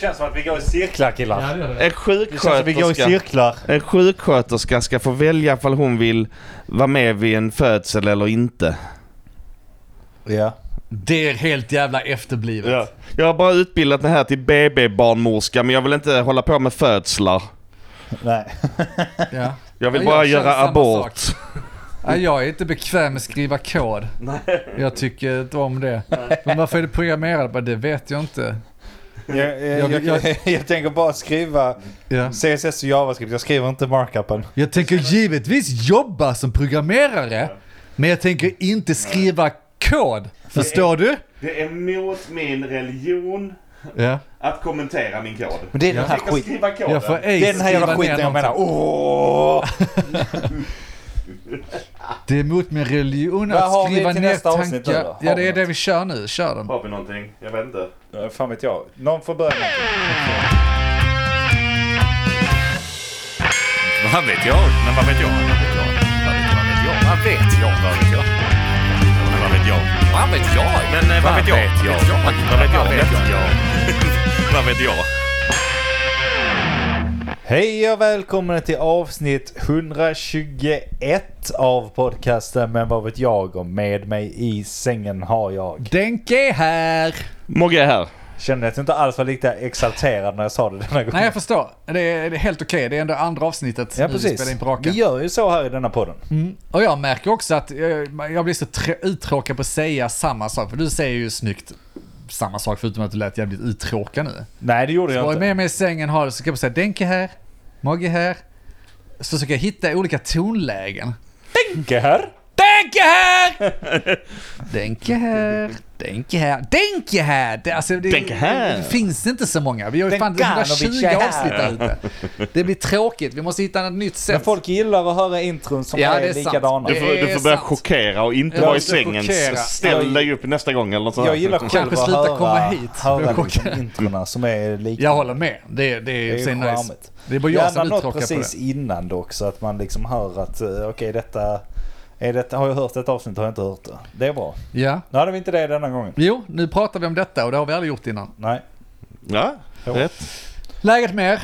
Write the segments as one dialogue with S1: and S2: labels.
S1: känns som att vi går i cirklar killar.
S2: Ja, det gör det.
S3: En
S1: Det känns som att vi går i
S3: sjuksköterska,
S1: cirklar.
S3: en sjuksköterska ska få välja ifall hon vill vara med vid en födsel eller inte.
S1: Ja.
S4: Det är helt jävla efterblivet.
S3: Ja. Jag har bara utbildat det här till BB-barnmorska men jag vill inte hålla på med födslar.
S1: Nej.
S4: Ja.
S3: Jag vill
S4: Ja,
S3: bara
S4: jag känner
S3: göra
S4: samma
S3: abort.
S4: Ja, jag är inte bekväm med att skriva kod. Jag tycker inte om det. Men varför är det programmerat? Bara, Det vet jag inte.
S1: Jag, jag,
S4: Jag-
S1: eh, jag, jag, tänker bara skriva
S4: Ja.
S1: CSS och JavaScript. Jag skriver inte markupen.
S4: Jag tänker givetvis jobba som programmerare. Men jag tänker inte skriva kod. Förstår du?
S3: Det är mot min religion
S4: Ja.
S3: att kommentera min kod.
S1: Men det är den här skiten.
S3: skriva koden.
S4: Jag får ej
S1: Det är den här jävla
S4: skriva ner
S1: skiten jag menar. Oh.
S4: någonting.
S1: Åh!
S4: Det är emot min religion
S1: Vad har
S4: att
S1: vi
S4: skriva
S1: till
S4: ner
S1: nästa avsnitt då, då?
S4: tankar.
S1: Har
S4: Ja,
S1: vi
S4: det är
S1: något?
S4: det vi kör nu. Kör den.
S3: Har vi någonting? Jag vet inte.
S1: Ja, Fan vet jag. Någon får börja.
S5: Vad vet jag? Men vad vet jag? Vad vet jag? Vad vet jag? Vad vet jag? Men vad vet jag? Vad vet jag? Men eh, vad vet jag? Vad vet jag? Vad vet jag? Vad vet jag?
S1: Hej och välkomna till avsnitt 121 av podcasten Men vad vet jag? Och med mig i sängen har jag.
S4: Denke är här.
S3: Mogge är här.
S1: Kände att jag inte alls var lika exalterad när jag sa det denna gången.
S4: Nej, jag förstår. Det är, det är helt okej. Det är ändå andra avsnittet
S1: ja,
S4: nu vi spelar
S1: precis.
S4: in på raken.
S1: Vi gör ju så här i denna podden.
S4: Och jag märker också att eh, jag, jag blir så tr- uttråkad på att säga samma sak. För du säger ju snyggt samma sak förutom att du lät jävligt uttråkad nu.
S1: Nej, det gjorde jag
S4: Var
S1: inte.
S4: med mig i sängen har det så kan jag bara säga Denke här, Mogge här. Så försöker jag hitta olika tonlägen.
S1: Tänker här.
S4: Denke här! Denke här, Denke här, Denke här! Det, alltså, det,
S3: Denke här.
S4: det finns inte så många. Vi har ju fan
S1: Denkanovic
S4: 120
S1: är här.
S4: avsnitt där ute. Det blir tråkigt. Vi måste hitta ett nytt
S1: Men
S4: sätt.
S1: folk gillar att höra intron som
S4: Ja,
S1: är,
S4: det är sant.
S1: likadana.
S3: Du får,
S4: Det är
S3: du får börja
S4: sant.
S3: chockera och inte
S4: Jag
S3: vara i
S4: måste
S3: sängen.
S4: chockera.
S3: Ställ
S1: Jag-
S3: dig upp nästa gång eller något sånt.
S1: Jag gillar själv
S4: Kanske
S1: att
S4: sluta
S1: höra,
S4: komma hit.
S1: höra
S4: Jag är
S1: liksom
S4: chockad.
S1: introna som är lika.
S4: Jag håller med. Det, det är,
S1: ju
S4: det är nice.
S1: charmigt.
S4: Det är bara jag
S1: Gärna
S4: som är
S1: något
S4: uttråkad på
S1: precis
S4: det.
S1: innan då också. Att man liksom hör att eh, okej detta, är detta, har jag hört detta avsnitt har jag inte hört det. Det är bra.
S4: Ja.
S1: Nu hade vi inte det denna gången.
S4: Jo, nu pratar vi om detta och det har vi aldrig gjort innan.
S1: Nej.
S3: Ja,
S1: Jo.
S3: rätt.
S4: Läget med er?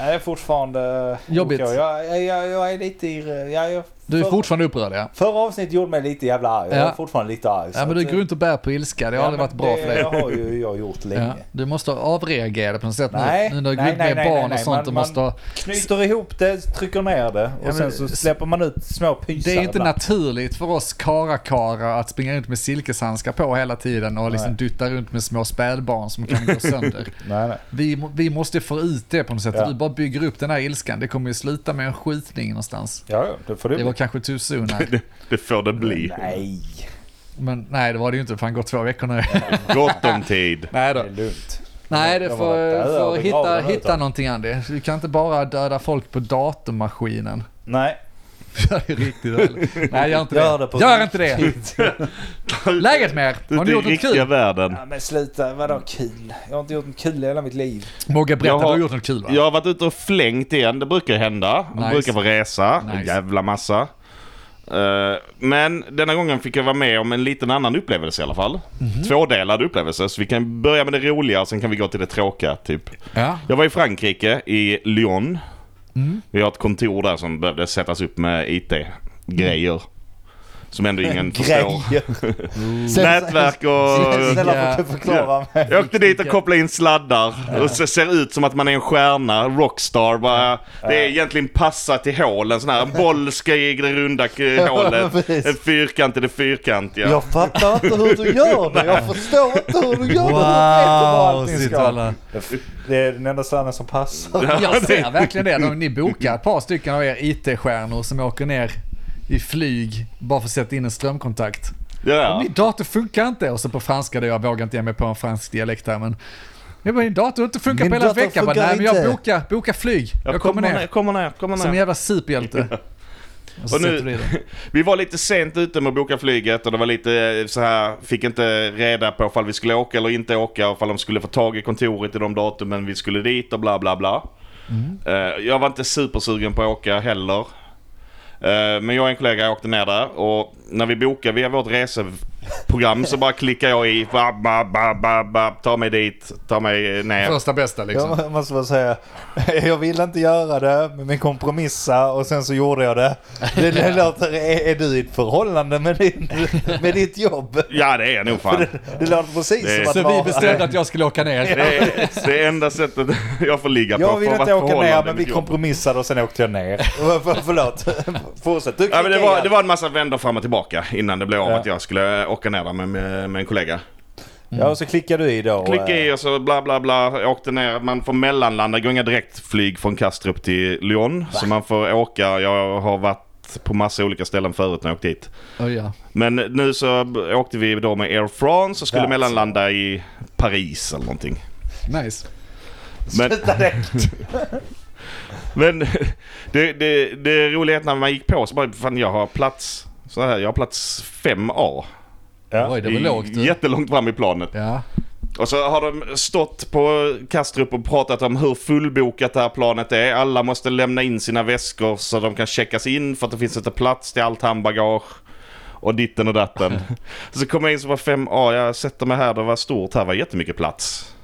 S1: Nej, Det är fortfarande
S4: Jobbigt.
S1: okej. Jag, jag, jag, jag är lite i... Jag, jag,
S4: Du är
S1: för-
S4: fortfarande upprörd ja.
S1: Förra avsnittet gjorde mig lite jävla arg. Jag
S4: Ja.
S1: är fortfarande lite arg. så
S4: Ja men du
S1: att, eh,
S4: går runt och bär på ilska. Det har
S1: ja,
S4: aldrig
S1: men
S4: varit bra
S1: det
S4: för dig.
S1: har ju jag gjort länge.
S4: Ja, du måste avreagera det på något sätt
S1: Nej,
S4: nu. Nu när du går
S1: nej,
S4: runt
S1: nej,
S4: med
S1: nej,
S4: barn
S1: nej,
S4: och sånt.
S1: man-
S4: och måste ha...
S1: Knyter ihop det, trycker ner det och
S4: men-
S1: sen så släpper man ut små pysar
S4: Det är inte
S1: ibland.
S4: naturligt för oss karakara att springa runt med silkeshandskar på hela tiden och liksom
S1: Nej.
S4: dutta runt med små spädbarn som kan gå sönder.
S1: Nej, nej.
S4: Vi, må- vi måste få ut det på något sätt.
S1: Ja.
S4: Du bara bygger upp den här ilskan. Det kommer ju sluta med en skjutning någonstans.
S1: Ja, ja, det får du.
S4: Det var kanske too soon här.
S3: Det får det bli.
S1: Nej,
S4: Men nej, det var det ju inte. Fan, gått två veckor nu.
S3: Gott om tid.
S4: nej
S1: det är lugnt.
S4: Nej,
S1: Jag
S4: det
S1: var
S4: får,
S1: där,
S4: får
S1: jag
S4: hitta,
S1: begravde den
S4: hitta
S1: utan.
S4: någonting Andy. Du kan inte bara döda folk på datormaskinen.
S1: Nej,
S4: Gör det riktigt väl. Nej, gör inte
S1: Gör
S4: det.
S1: det på
S4: gör inte det. Läget med er?
S3: Ute
S4: Har ni
S3: i
S4: gjort något
S3: riktiga
S4: kul?
S3: världen.
S6: Mm.
S1: Ja, men sluta, vadå kul? Jag har inte gjort något kul i hela mitt liv.
S4: Mogge, berätta.
S3: Jag har-
S4: Du har gjort något kul va?
S3: Jag har varit ute och flängt igen. Det brukar ju hända.
S4: Nice.
S3: Jag brukar få resa.
S4: Nice.
S3: En jävla massa. Eh, Men denna gången fick jag vara med om en liten annan upplevelse i alla fall.
S4: Mhm.
S3: Tvådelad upplevelse. Så vi kan börja med det roliga, sen kan vi gå till det tråkiga typ.
S4: Ja.
S3: Jag var i Frankrike, i Lyon.
S4: Mm.
S3: Vi har ett kontor där som behövde sättas upp med IT-grejer. Som ändå ingen förstår. Nätverk och...
S1: Snälla
S4: Ja.
S1: får du förklara mig.
S3: Jag åkte dit och kopplade in sladdar och så ser det ut som att man är en stjärna, rockstar bara. Det är egentligen passa till hålen sån här. En boll ska i det runda k- hålet.
S6: precis.
S3: En fyrkant i det fyrkantiga.
S6: Jag fattar inte hur du gör det. Jag förstår inte hur du gör
S4: Wow,
S1: allting
S4: sitter
S1: ska.
S4: alla.
S1: Det är den enda stranden som passar.
S4: Jag ser verkligen det. När Ni bokar ett par stycken av er IT-stjärnor som åker ner i flyg bara för att sätta in en strömkontakt.
S3: Ja.
S4: Min dator funkar inte. Och så på franska, då, jag vågar inte ge mig på en fransk dialekt här men. Jag bara, din dator har inte funkat
S6: Min
S4: på hela
S6: dator
S4: veckan. Jag Bara,
S6: funkar
S4: nej men jag
S6: inte.
S4: bokar, bokar flyg. Jag, kommer ner.
S3: Kommer ner, kommer
S4: Som en
S3: ner.
S4: jävla superhjälte. Och så
S3: Och nu-
S4: sätter du i den.
S3: Vi var lite sent ute med att boka flyget och det var lite eh, så här, fick inte reda på ifall vi skulle åka eller inte åka och ifall de skulle få tag i kontoret i de datumen vi skulle dit och bla bla bla.
S1: Mm.
S3: Eh, Jag var inte supersugen på att åka heller. Eh, Men jag och en kollega åkte ner där och när vi bokade via vårt rese program så bara klickar jag i, ba, ba, ba, ba, ba, tar mig dit, tar mig ner.
S4: Första bästa liksom.
S1: Jag måste bara säga, jag ville inte göra det, men vi kompromissa och sen så gjorde jag det. Det, det låter, är, är du i ett förhållande med, din, med ditt jobb?
S3: Ja det är nog fan.
S1: Det låter precis
S3: Det-
S1: som att
S4: Så
S1: vara-
S4: vi bestämde att jag skulle åka ner.
S3: Det är det är enda sättet jag får ligga på.
S1: Jag ville
S3: för att
S1: inte
S3: vara
S1: åka ner,
S3: förhållande
S1: men vi
S3: med jobb.
S1: kompromissade och sen åkte jag ner. För, förlåt. Fortsätt. Du
S3: Ja, men det,
S1: klickar
S3: var,
S1: igen.
S3: det var en massa vändor fram och tillbaka innan det blev av
S1: Ja.
S3: att jag skulle eh, åka ner där med, med, med en kollega.
S1: Ja, och så klickar du i då.
S3: Klicka
S1: eh,
S3: i och så bla bla bla. Jag åkte ner. Man får mellanlanda. Det går inga direktflyg från Kastrup till Lyon. Så man får åka. Jag har varit på massa olika ställen förut när jag åkte dit.
S4: Oj, ja.
S3: Men nu så b- åkte vi då med Air France och skulle
S1: Där, så.
S3: mellanlanda i Paris eller någonting.
S4: Nice.
S3: Men,
S1: Sluta direkt.
S3: men det, det, det roliga är att när man gick på så bara fan jag har plats så här, jag har plats 5A.
S1: Ja.
S4: Oj, det var lågt. du.
S3: Jättelångt fram i planet.
S4: Ja.
S3: Och så har de stått på Kastrup och pratat om hur fullbokat det här planet är. Alla måste lämna in sina väskor så de kan checkas in för att det finns inte plats till allt handbagage. Och ditten och datten. så kom jag in så var 5A, jag sätter mig här, det var stort, här var jättemycket plats.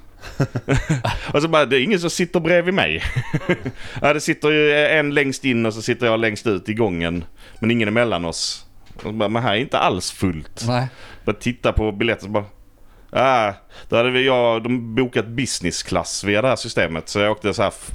S3: och så bara, det är ingen som sitter bredvid mig. ja, det sitter ju en längst in och så sitter jag längst ut i gången. Men ingen emellan oss. Och så bara, men här är inte alls fullt.
S4: Nej.
S3: Bara titta på biljetten så bara... Ah, då hade vi jag, de bokat businessklass via det här systemet. Så jag åkte så här f-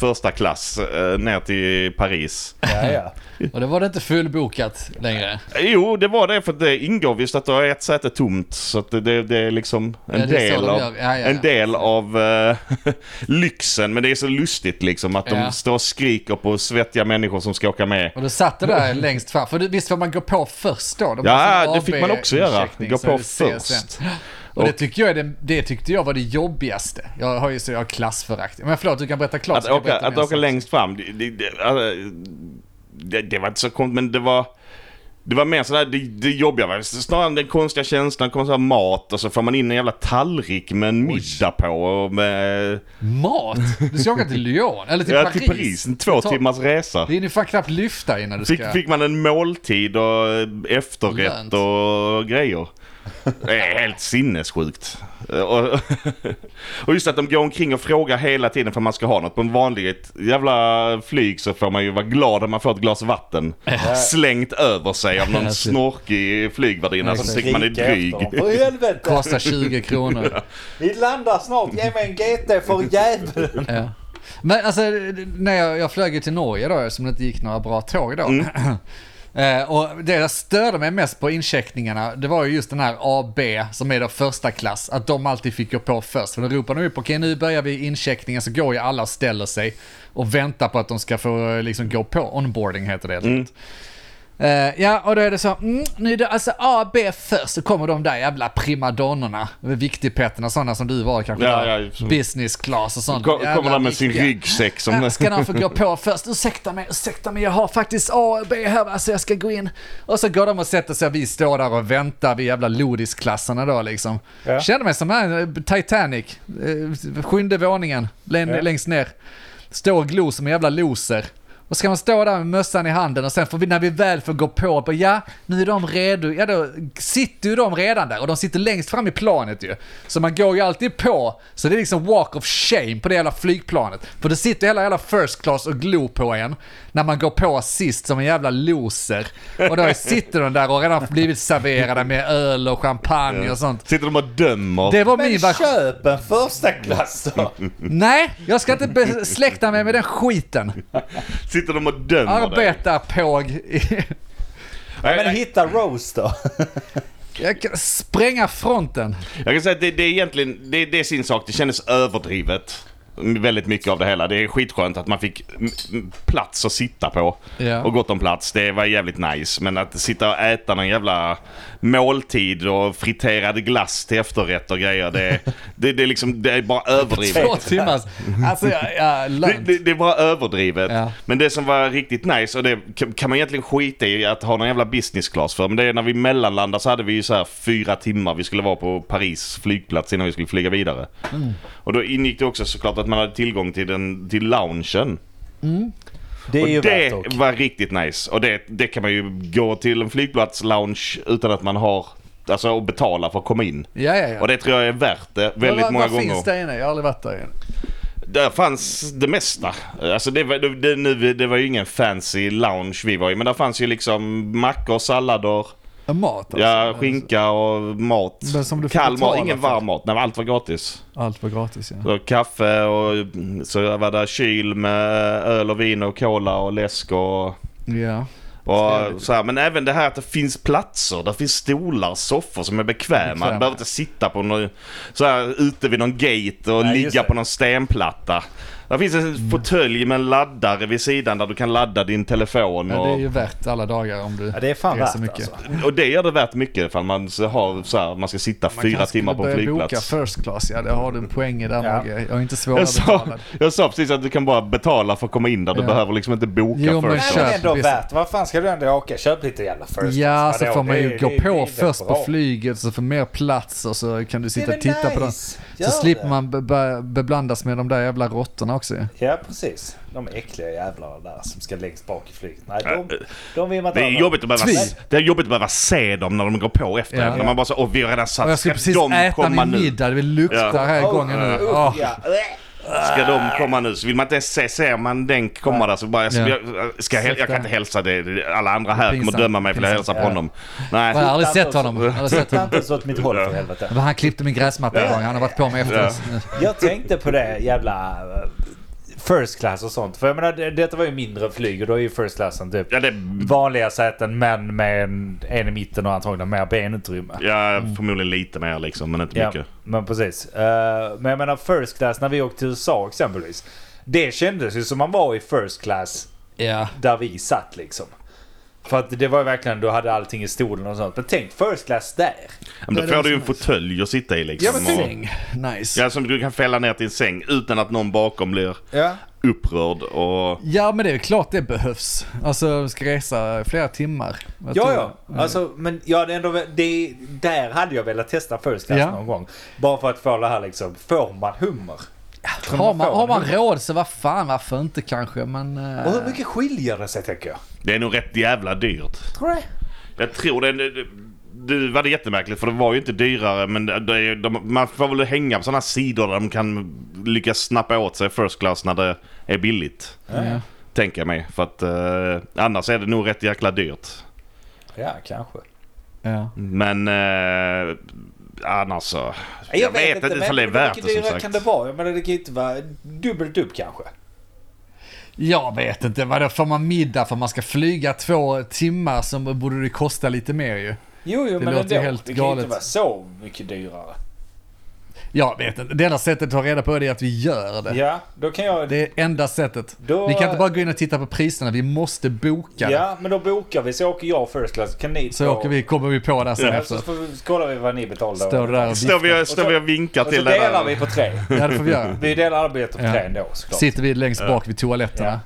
S3: första klass eh, ner till Paris.
S1: Ja, ja.
S4: Och det var det inte fullbokat längre.
S3: Jo, det var det för att det ingår visst att du har ett säte tomt. Så att det, det, det är liksom en
S4: Ja, det är
S3: del
S4: så de
S3: av,
S4: gör. Ja, ja,
S3: en
S4: ja.
S3: del av eh, lyxen. Men det är så lustigt liksom att
S4: Ja.
S3: de står och skriker på svettiga människor som ska åka med.
S4: Och du satt det där längst fram. För du- visst får man gå på först då? De har
S3: Ja,
S4: sån
S3: det fick man också göra.
S4: AB-incheckning,
S3: Gå
S4: så
S3: på
S4: det ses sen.
S3: först.
S4: Och det, tyckte jag, är det, det tyckte jag var det jobbigaste. Jag har ju så jag har klassförakt. Men förlåt, du kan berätta klart.
S3: Att
S4: så kan jag
S3: åka,
S4: berätta
S3: att
S4: mer
S3: åka
S4: sen.
S3: längst fram, det, det, det, alltså, det, det var inte så konstigt men det var... Det var mer sådär, det, det jobbiga var snarare den konstiga känslan, kom så här mat och så får man in en jävla tallrik med en middag på och med...
S4: Mat? Du ska åka till Lyon? Eller till
S3: ja,
S4: Paris?
S3: till Paris. En två
S4: Det tar-
S3: timmars resa.
S4: Det är ju fan knappt lyfta innan du
S3: Fick,
S4: ska...
S3: fick man en måltid och eh, efterrätt
S4: Lönt.
S3: och grejer. Det är helt sinnessjukt. Eh, Och, och just att de går omkring och frågar hela tiden för man ska ha något. På en vanlig ett jävla flyg så får man ju vara glad om man får ett glas vatten slängt över sig av någon snorkig flygvärdinna som tycker man är
S1: Skrika
S3: dryg.
S1: efter dem. För helvete!
S4: Kostar 20 kronor.
S1: Vi landar snart. Ge mig en GT för jäveln.
S4: Ja. Men alltså, när jag, jag flög ju till Norge då, som det inte gick några bra tåg då.
S3: Mm.
S4: Eh, och det jag störde mig mest på incheckningarna, det var ju just den här AB, som är då första klass, att de alltid fick gå på först. För då ropar de upp, okej nu börjar vi incheckningen, så går ju alla och ställer sig och väntar på att de ska få eh, liksom gå på onboarding heter det helt
S3: Mm.
S4: enkelt. Eh, ja, och då är det så, mm, nu är det alltså AB först, så kommer de där jävla primadonnorna, viktigpetterna, sådana som du var kanske,
S3: Ja,
S4: där.
S3: ja, som-
S4: business class och sånt.
S3: Ko- Kommer
S4: Jävla
S3: där med sin
S4: viktiga.
S3: ryggsäck som...
S4: Ja, ska någon få gå på först? Ursäkta mig, ursäkta mig, jag har faktiskt A och B här va, så jag ska gå in. Och så går de och sätter sig och vi står där och väntar vid jävla lodisklasserna då liksom.
S1: Ja.
S4: Känner mig som här, eh, Titanic, eh, sjunde våningen, län-
S1: Ja.
S4: längst ner. Står och glor som en jävla loser. Och ska man stå där med mössan i handen och sen får vi, när vi väl får gå på, bara, ja nu är de redo, ja då sitter ju de redan där och de sitter längst fram i planet ju. Så man går ju alltid på, så det är liksom walk of shame på det jävla flygplanet. För det sitter hela jävla first class och glor på en när man går på sist som en jävla loser. Och då sitter de där och redan blivit serverade med öl och champagne och sånt.
S3: Sitter de och dömer.
S4: Det var min
S1: Men
S4: version.
S1: köp en första klass då.
S4: Nej, jag ska inte besläkta mig med den skiten.
S3: Sitter de och dömer dig.
S4: Arbetarpåg. i-
S3: Nej,
S1: Men
S3: nej.
S1: hitta Rose då.
S4: Jag kan spränga fronten.
S3: Jag kan säga att det, det är egentligen, det, det är sin sak. Det kändes överdrivet. Mm, Väldigt mycket av det hela. Det är skitskönt att man fick mm, mm, plats att sitta på.
S4: Ja.
S3: Och gott om plats. Det var jävligt nice. Men att sitta och äta någon jävla måltid och friterad glass till efterrätt och grejer. Det, det, det, är, liksom, det är bara överdrivet.
S4: Två timmars. Alltså, jag, jag
S3: Det,
S4: lönt.
S3: det, det var överdrivet.
S4: Ja.
S3: Men det som var riktigt nice, och det kan- kan man egentligen skita i att ha någon jävla business class för. Men det är när vi mellanlandade så hade vi ju så här fyra timmar vi skulle vara på Paris flygplats innan vi skulle flyga vidare. Och då ingick det också såklart att man hade tillgång till, den, till loungen.
S1: Det är ju
S3: Och det
S1: värt åk.
S3: var riktigt nice. Och det, det kan man ju gå till en flygplats lounge utan att man har alltså, och betala för att komma in.
S4: Ja, ja, ja.
S3: Och det tror jag är värt det väldigt
S4: Vad-
S3: många
S4: vad
S3: gånger.
S4: finns där inne? Jag har aldrig varit där inne.
S3: Där fanns det mesta. Alltså det, var- det, det, nu, det var ju ingen fancy lounge vi var i, men där fanns ju liksom mackor, sallader,
S4: Ja, Mat alltså.
S3: ja, skinka och mat.
S4: Men som du får
S3: Kall mat,
S4: betala
S3: ingen
S4: för.
S3: varm mat. Nej, allt var gratis.
S4: Allt var gratis ja.
S3: Så kaffe och mm, så var det kyl med öl och vin och cola och läsk och,
S4: Ja.
S3: och så här. Men även det här att det finns platser. Det finns stolar, soffor som är bekväma.
S4: Bekväma.
S3: Du behöver inte sitta på någon, så här, ute vid någon gate och
S4: Nej, just
S3: ligga
S4: det. Mm.
S3: på någon stenplatta. Där finns en fåtölj med en laddare vid sidan där du kan ladda din telefon.
S4: ja.
S3: Och,
S4: Det är ju värt alla dagar om du...
S1: Ja, det är fan
S4: Det är
S1: värt
S4: så mycket.
S1: alltså.
S3: och det gör det värt mycket ifall man så har, så här, man ska sitta fyra
S4: kanske
S3: timmar på en
S4: skulle börja
S3: flygplats.
S4: boka first class, ja. Det har du en poäng i där
S1: Ja.
S4: Mogge. Jag är inte
S3: Jag sa,
S4: svårbetalad.
S3: jag sa precis att du kan bara betala för att komma in där. Du
S4: Ja.
S3: behöver liksom inte boka
S4: Jo, men
S3: för
S1: Nej,
S4: Köp,
S1: men det är ändå
S4: visst.
S1: värt. Vad fan ska du ändå åka? Köp lite jävla first
S4: Ja,
S1: class.
S4: så
S1: Vadå?
S4: får man
S1: Det
S4: ju
S1: är-
S4: gå
S1: det är- det är
S4: på först
S1: bra.
S4: på flyget så får mer plats och så kan
S1: Det är
S4: du sitta och
S1: väl
S4: titta på dem.
S1: nice.
S4: Så
S1: Gör
S4: slipper
S1: det.
S4: man be- be- beblandas med de där jävla råttorna också ju.
S1: Ja, precis. De äckliga jävlarna där som ska längst bak i flyget. Nej, de,
S4: Äh,
S1: de vill man inte
S3: Det
S1: ha
S3: är,
S1: med.
S3: jobbigt att behöva,
S4: Tvi.
S3: det är jobbigt att behöva se dem när de går på efter
S4: Ja.
S3: en. När Man bara så, åh vi har redan satt,
S4: Och jag ska precis äta min
S3: nu?
S4: middag, det luktar
S3: Ja.
S4: här i
S1: Oh,
S4: gången äh, ah. nu.
S1: usch,
S4: Åh.
S1: ja.
S3: Ska de komma nu? Så vill man inte ens se, ser man den komma där så bara, jag,
S4: Ja.
S3: jag, ska, jag, jag kan inte hälsa det. Alla andra här kommer
S4: Pinsamt.
S3: döma mig för att jag hälsar på
S1: Ja.
S3: honom. Nej.
S4: Jag har aldrig sett
S1: Utanför-
S4: honom. Jag har aldrig sett
S1: Titta
S4: honom.
S1: inte ens åt mitt håll för helvete.
S4: Men Han klippte min gräsmatta en gång, han har varit på mig efter.
S1: Jag tänkte på det jävla eh, first class och sånt. För jag menar, det, detta var ju mindre flyg och då är ju first classen typ
S3: Ja, det,
S1: vanliga säten men med en, en i mitten och antagligen mer benutrymme.
S3: ja, förmodligen lite mer liksom, men inte mycket.
S1: men precis. Eh, men jag menar first class när vi åkte till USA exempelvis. Det kändes ju som man var i first class
S4: Ja.
S1: där vi satt liksom. För att det var ju verkligen, du hade allting i stolen och sånt. Men tänk first class där.
S3: Men då
S4: Ja, det
S3: får
S4: var
S3: du ju en
S4: så nice.
S3: fåtölj att sitta i
S4: Ja,
S3: liksom.
S4: men
S3: och-
S4: säng. Nice.
S3: ja, som du kan fälla ner till en säng utan att någon bakom blir
S1: Ja.
S3: upprörd och...
S4: Ja, men det är ju klart det behövs. Alltså, vi ska resa flera timmar. Jag
S1: Ja,
S4: tror-
S1: ja. Alltså, men jag hade ändå, det, där hade jag velat testa first class
S4: Ja.
S1: någon gång. Bara för att få det här liksom, får man hummer? Tror
S4: Har man,
S1: får
S4: har man
S1: hummer?
S4: råd så vad fan, varför inte kanske? Men... eh,
S1: Och hur mycket skiljer det sig tänker jag?
S3: Det är nog rätt jävla dyrt.
S1: Tror du
S3: Jag tror det, det, det var det jättemärkligt för det var ju inte dyrare men det, det, de, man får väl hänga på sådana sidor där de kan lyckas snappa åt sig first class när det är billigt.
S4: ja.
S3: Tänker jag mig. För att eh, annars är det nog rätt jäkla dyrt.
S1: Ja, kanske.
S4: Ja.
S3: Men eh, annars så. Jag, vet inte
S1: men
S3: ifall det är
S1: hur
S3: värt
S1: mycket
S3: det som
S1: dyrare
S3: sagt.
S1: kan det vara? Jag menar, det kan ju inte vara dubbelt upp kanske.
S4: Jag vet inte, vadå får man middag för man ska flyga två timmar så borde det kosta lite mer ju.
S1: Jo, jo,
S4: Det
S1: men
S4: låter ju
S1: ändå.
S4: helt
S1: det kan ju
S4: galet.
S1: inte vara så mycket dyrare.
S4: Jag vet inte, det enda sättet att ta reda på det är att vi gör det.
S1: Ja, då kan jag...
S4: Det är enda sättet.
S1: Då-
S4: Vi kan inte bara gå in och titta på priserna, vi måste boka det.
S1: Ja, men då bokar vi så åker jag first class. Kan ni
S4: Så
S1: två-
S4: åker vi, kommer vi på det sen
S1: Ja, så
S4: efteråt.
S1: får vi- kollar vi vad ni betalade.
S4: Står du där och
S3: Står vi,
S1: Och så-
S3: står vi och vinkar
S1: och så
S3: till det
S1: delar
S3: där?
S1: vi på tre.
S4: Ja, det får vi göra.
S1: Vi delar arbetet på
S4: Ja.
S1: tre ändå såklart.
S4: Sitter vi längst bak vid toaletterna.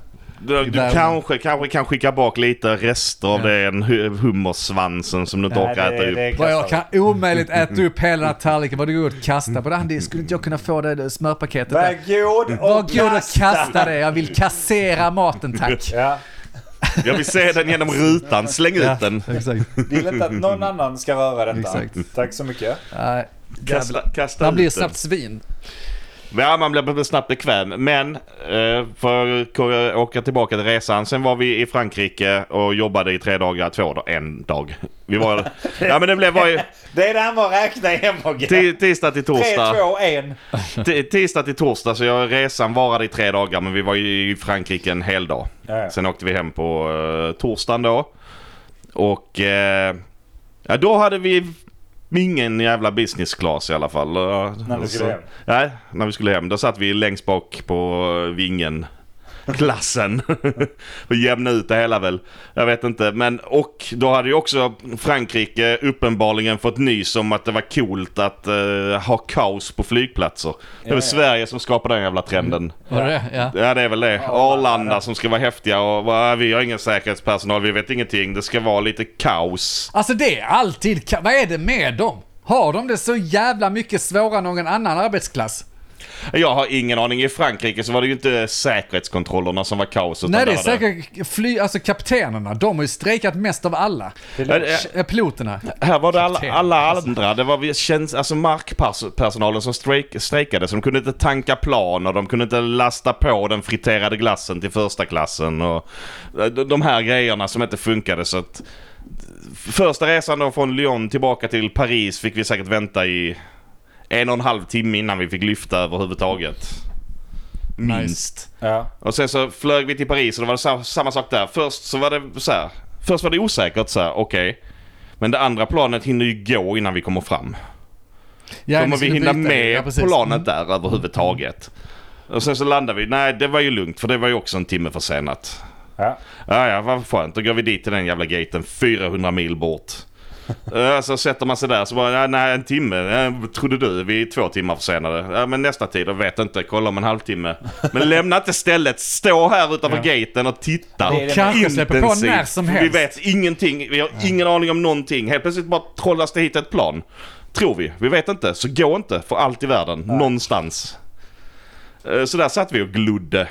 S3: Du, du
S4: Ibland-
S3: kanske, kanske kan skicka bak lite rester av
S4: Ja.
S3: den hu- hummersvansen som du inte
S1: Nej,
S3: orkar
S1: det-
S3: äta upp.
S1: det
S4: Vad
S1: kastar
S4: jag kan omöjligt äta upp hela den här tallriken. Vad det går att kasta på den. Det skulle inte jag kunna få det där smörpaketet
S1: vi. Var
S4: där.
S1: god och
S4: Var god och
S1: kasta.
S4: kasta det. Jag vill kassera maten tack.
S1: Ja,
S3: Jag vill se den genom rutan, släng ut den.
S4: Exakt.
S1: vill inte att någon annan ska röra detta.
S4: Exakt.
S1: Tack så mycket.
S4: Nej,
S3: Kasta, kasta
S4: Man
S3: ut
S4: blir
S3: den.
S4: snabbt svin.
S3: Ja, man blir snabbt bekväm. Men eh, för att ko- åka tillbaka till resan. Sen var vi i Frankrike och jobbade i tre dagar, två dagar, en dag. Vi var... ja men det blev var ju
S1: Det är det här med att räkna hem och
S3: ti- tisdag till
S1: 3,
S3: torsdag.
S1: 2, 1.
S3: T- tisdag till torsdag så jag, resan varade i tre dagar men vi var ju i Frankrike en hel dag.
S1: Ja, ja.
S3: Sen åkte vi hem på eh, torsdagen då. Och eh, ja, då hade vi ingen jävla business class i alla fall. Eh,
S1: När vi skulle hem.
S3: Nej, när vi skulle hem. Då satt vi längst bak på eh, vingen. Klassen. och jämna ut det hela väl. Jag vet inte. Men och då hade ju också Frankrike uppenbarligen fått nys om att det var coolt att eh, ha kaos på flygplatser. Det var
S1: ja.
S3: Sverige som skapade den jävla trenden.
S4: Var det det Ja.
S3: Ja det är väl det. Arlanda som ska vara häftiga och va, vi har ingen säkerhetspersonal, vi vet ingenting. Det ska vara lite kaos.
S4: Alltså det är alltid... ka- Vad är det med dem? Har de det så jävla mycket svårare än någon annan arbetsklass?
S3: Jag har ingen aning. I Frankrike så var det ju inte säkerhetskontrollerna som var kaoset.
S4: Nej, det är
S3: utan där hade-
S4: säkert fly, alltså kaptenerna. De har ju strejkat mest av alla. Eh, Piloterna.
S3: Här var det alla,
S4: Kapten.
S3: alla andra. Det var vi- tjänst, alltså markpersonalen som strejk, strejkade. Så de kunde inte tanka plan och de kunde inte lasta på den friterade glassen till första klassen. Och eh, de de här grejerna som inte funkade. Så att eh, första resan då från Lyon tillbaka till Paris fick vi säkert vänta i en och en halv timme innan vi fick lyfta överhuvudtaget. Minst.
S1: Ja.
S3: Och sen så flög vi till Paris och då var det sa- samma sak där. Först så var det så här. Först var det osäkert så här, okej. Men det andra planet hinner ju gå innan vi kommer fram.
S4: Ja,
S3: Kommer
S4: ni
S3: vi
S4: skulle
S3: hinna
S4: byta,
S3: med
S4: ja, precis. Mm.
S3: planet där överhuvudtaget? Och sen så landar vi. Nej, det var ju lugnt för det var ju också en timme försenat.
S1: Ja.
S3: Ja, ja, vad skönt. Då går vi dit till den jävla gaten 400 mil bort. Eh, Så sätter man sig där så bara, "Ja, nej en timme, Eh, trodde du, vi är två timmar försenade. Ja men nästa tid, jag vet inte, kolla om en halvtimme. Men lämna inte stället, stå här utanför gaten och titta.
S4: Och kanske släpper på när som
S3: För
S4: helst.
S3: Vi vet ingenting, vi har ingen aning om någonting. Helt plötsligt bara trollas det hit ett plan. Tror vi, vi vet inte. Så gå inte, för allt i världen, någonstans. Eh, Så där satt vi och glodde.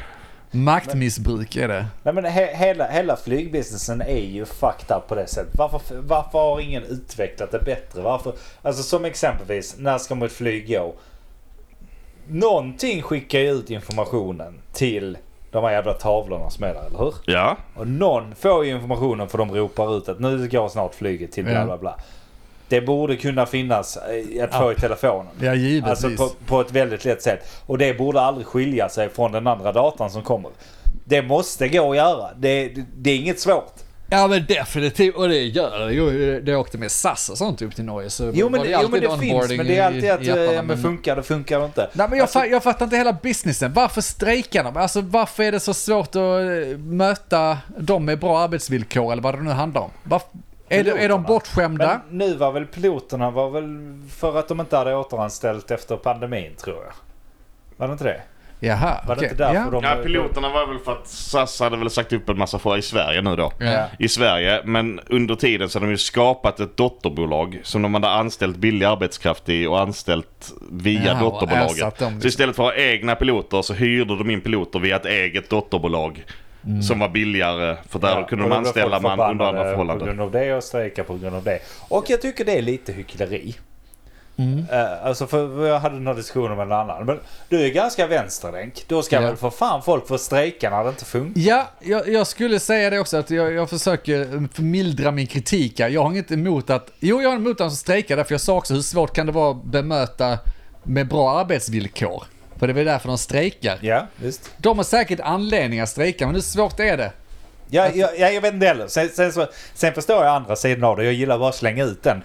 S4: Maktmissbruk är det.
S1: Nej, men he hela, hela flygbusinessen är ju fucked up på det sättet. Varför, varför har ingen utvecklat det bättre? Varför? Alltså som exempelvis, när ska mitt flyg gå? Någonting skickar ju ut informationen till de här jävla tavlorna som är där, eller hur?
S3: Ja,
S1: Och någon får ju informationen för de ropar ut att nu går snart flyget till
S4: Ja.
S1: bla bla bla. Det borde kunna finnas eh, att få i telefonen.
S4: Ja, givetvis.
S1: Alltså på, på ett väldigt lätt sätt. Och det borde aldrig skilja sig från den andra datan som kommer. Det måste gå att göra. Det, det, det är inget svårt.
S4: Ja men definitivt, och det gör det. Jo, det åkte med SAS och sånt upp till Norge så
S1: Jo
S4: var
S1: men det, jo,
S4: alltid
S1: men det
S4: onboarding
S1: finns. Men det är
S4: i-
S1: alltid att
S4: i apparna,
S1: ja, men funkar det, funkar det inte.
S4: Nej men jag,
S1: Alltså,
S4: fa- jag fattar inte hela businessen. Varför strejkar de? Alltså varför är det så svårt att eh, möta dem med bra arbetsvillkor eller vad det nu handlar om? Varf- är, de- är de
S1: Piloterna. men
S4: bortskämda?
S1: nu var väl piloterna var väl för att de inte hade återanställt efter pandemin tror jag. Var det inte det?
S4: Jaha,
S1: Var det
S4: okej.
S1: inte därför
S4: ja.
S1: de...
S3: ja piloterna var väl för att SAS hade väl sagt upp en massa folk i Sverige nu då.
S4: Ja.
S3: i Sverige. Men under tiden så har de ju skapat ett dotterbolag som de hade anställt billig arbetskraft i och anställt via
S4: Jaha, och
S3: dotterbolaget.
S4: ersatt dem liksom.
S3: Så istället för att ha egna piloter så hyrde de in piloter via ett eget dotterbolag. Som var billigare för där
S1: Ja,
S3: kunde
S1: och
S3: de
S1: då blev
S3: anställa
S1: folk
S3: man under
S1: förbannade
S3: andra
S1: På
S3: förhållanden.
S1: grund av det och strejka på grund av det. Och jag tycker det är lite hyckleri.
S4: Mm.
S1: Eh, alltså för jag hade några diskussioner med en annan. Men du är ganska vänsterdänk. Då ska
S4: Ja.
S1: väl för fan folk få strejka när det inte funkar.
S4: Ja, jag, jag skulle säga det också att jag, jag försöker förmildra min kritik här. Jag har inget emot att, jo jag har emot att de strejkar därför jag sa också hur svårt kan det vara att bemöta med bra arbetsvillkor? För det är väl därför de strejkar.
S1: Ja, visst.
S4: De har säkert anledningar att strejka men hur svårt är det?
S1: Ja,
S4: Alltså-
S1: jag, jag, jag vet inte heller. Sen, sen, så, sen förstår jag andra sidan av det. Jag gillar bara att slänga ut den.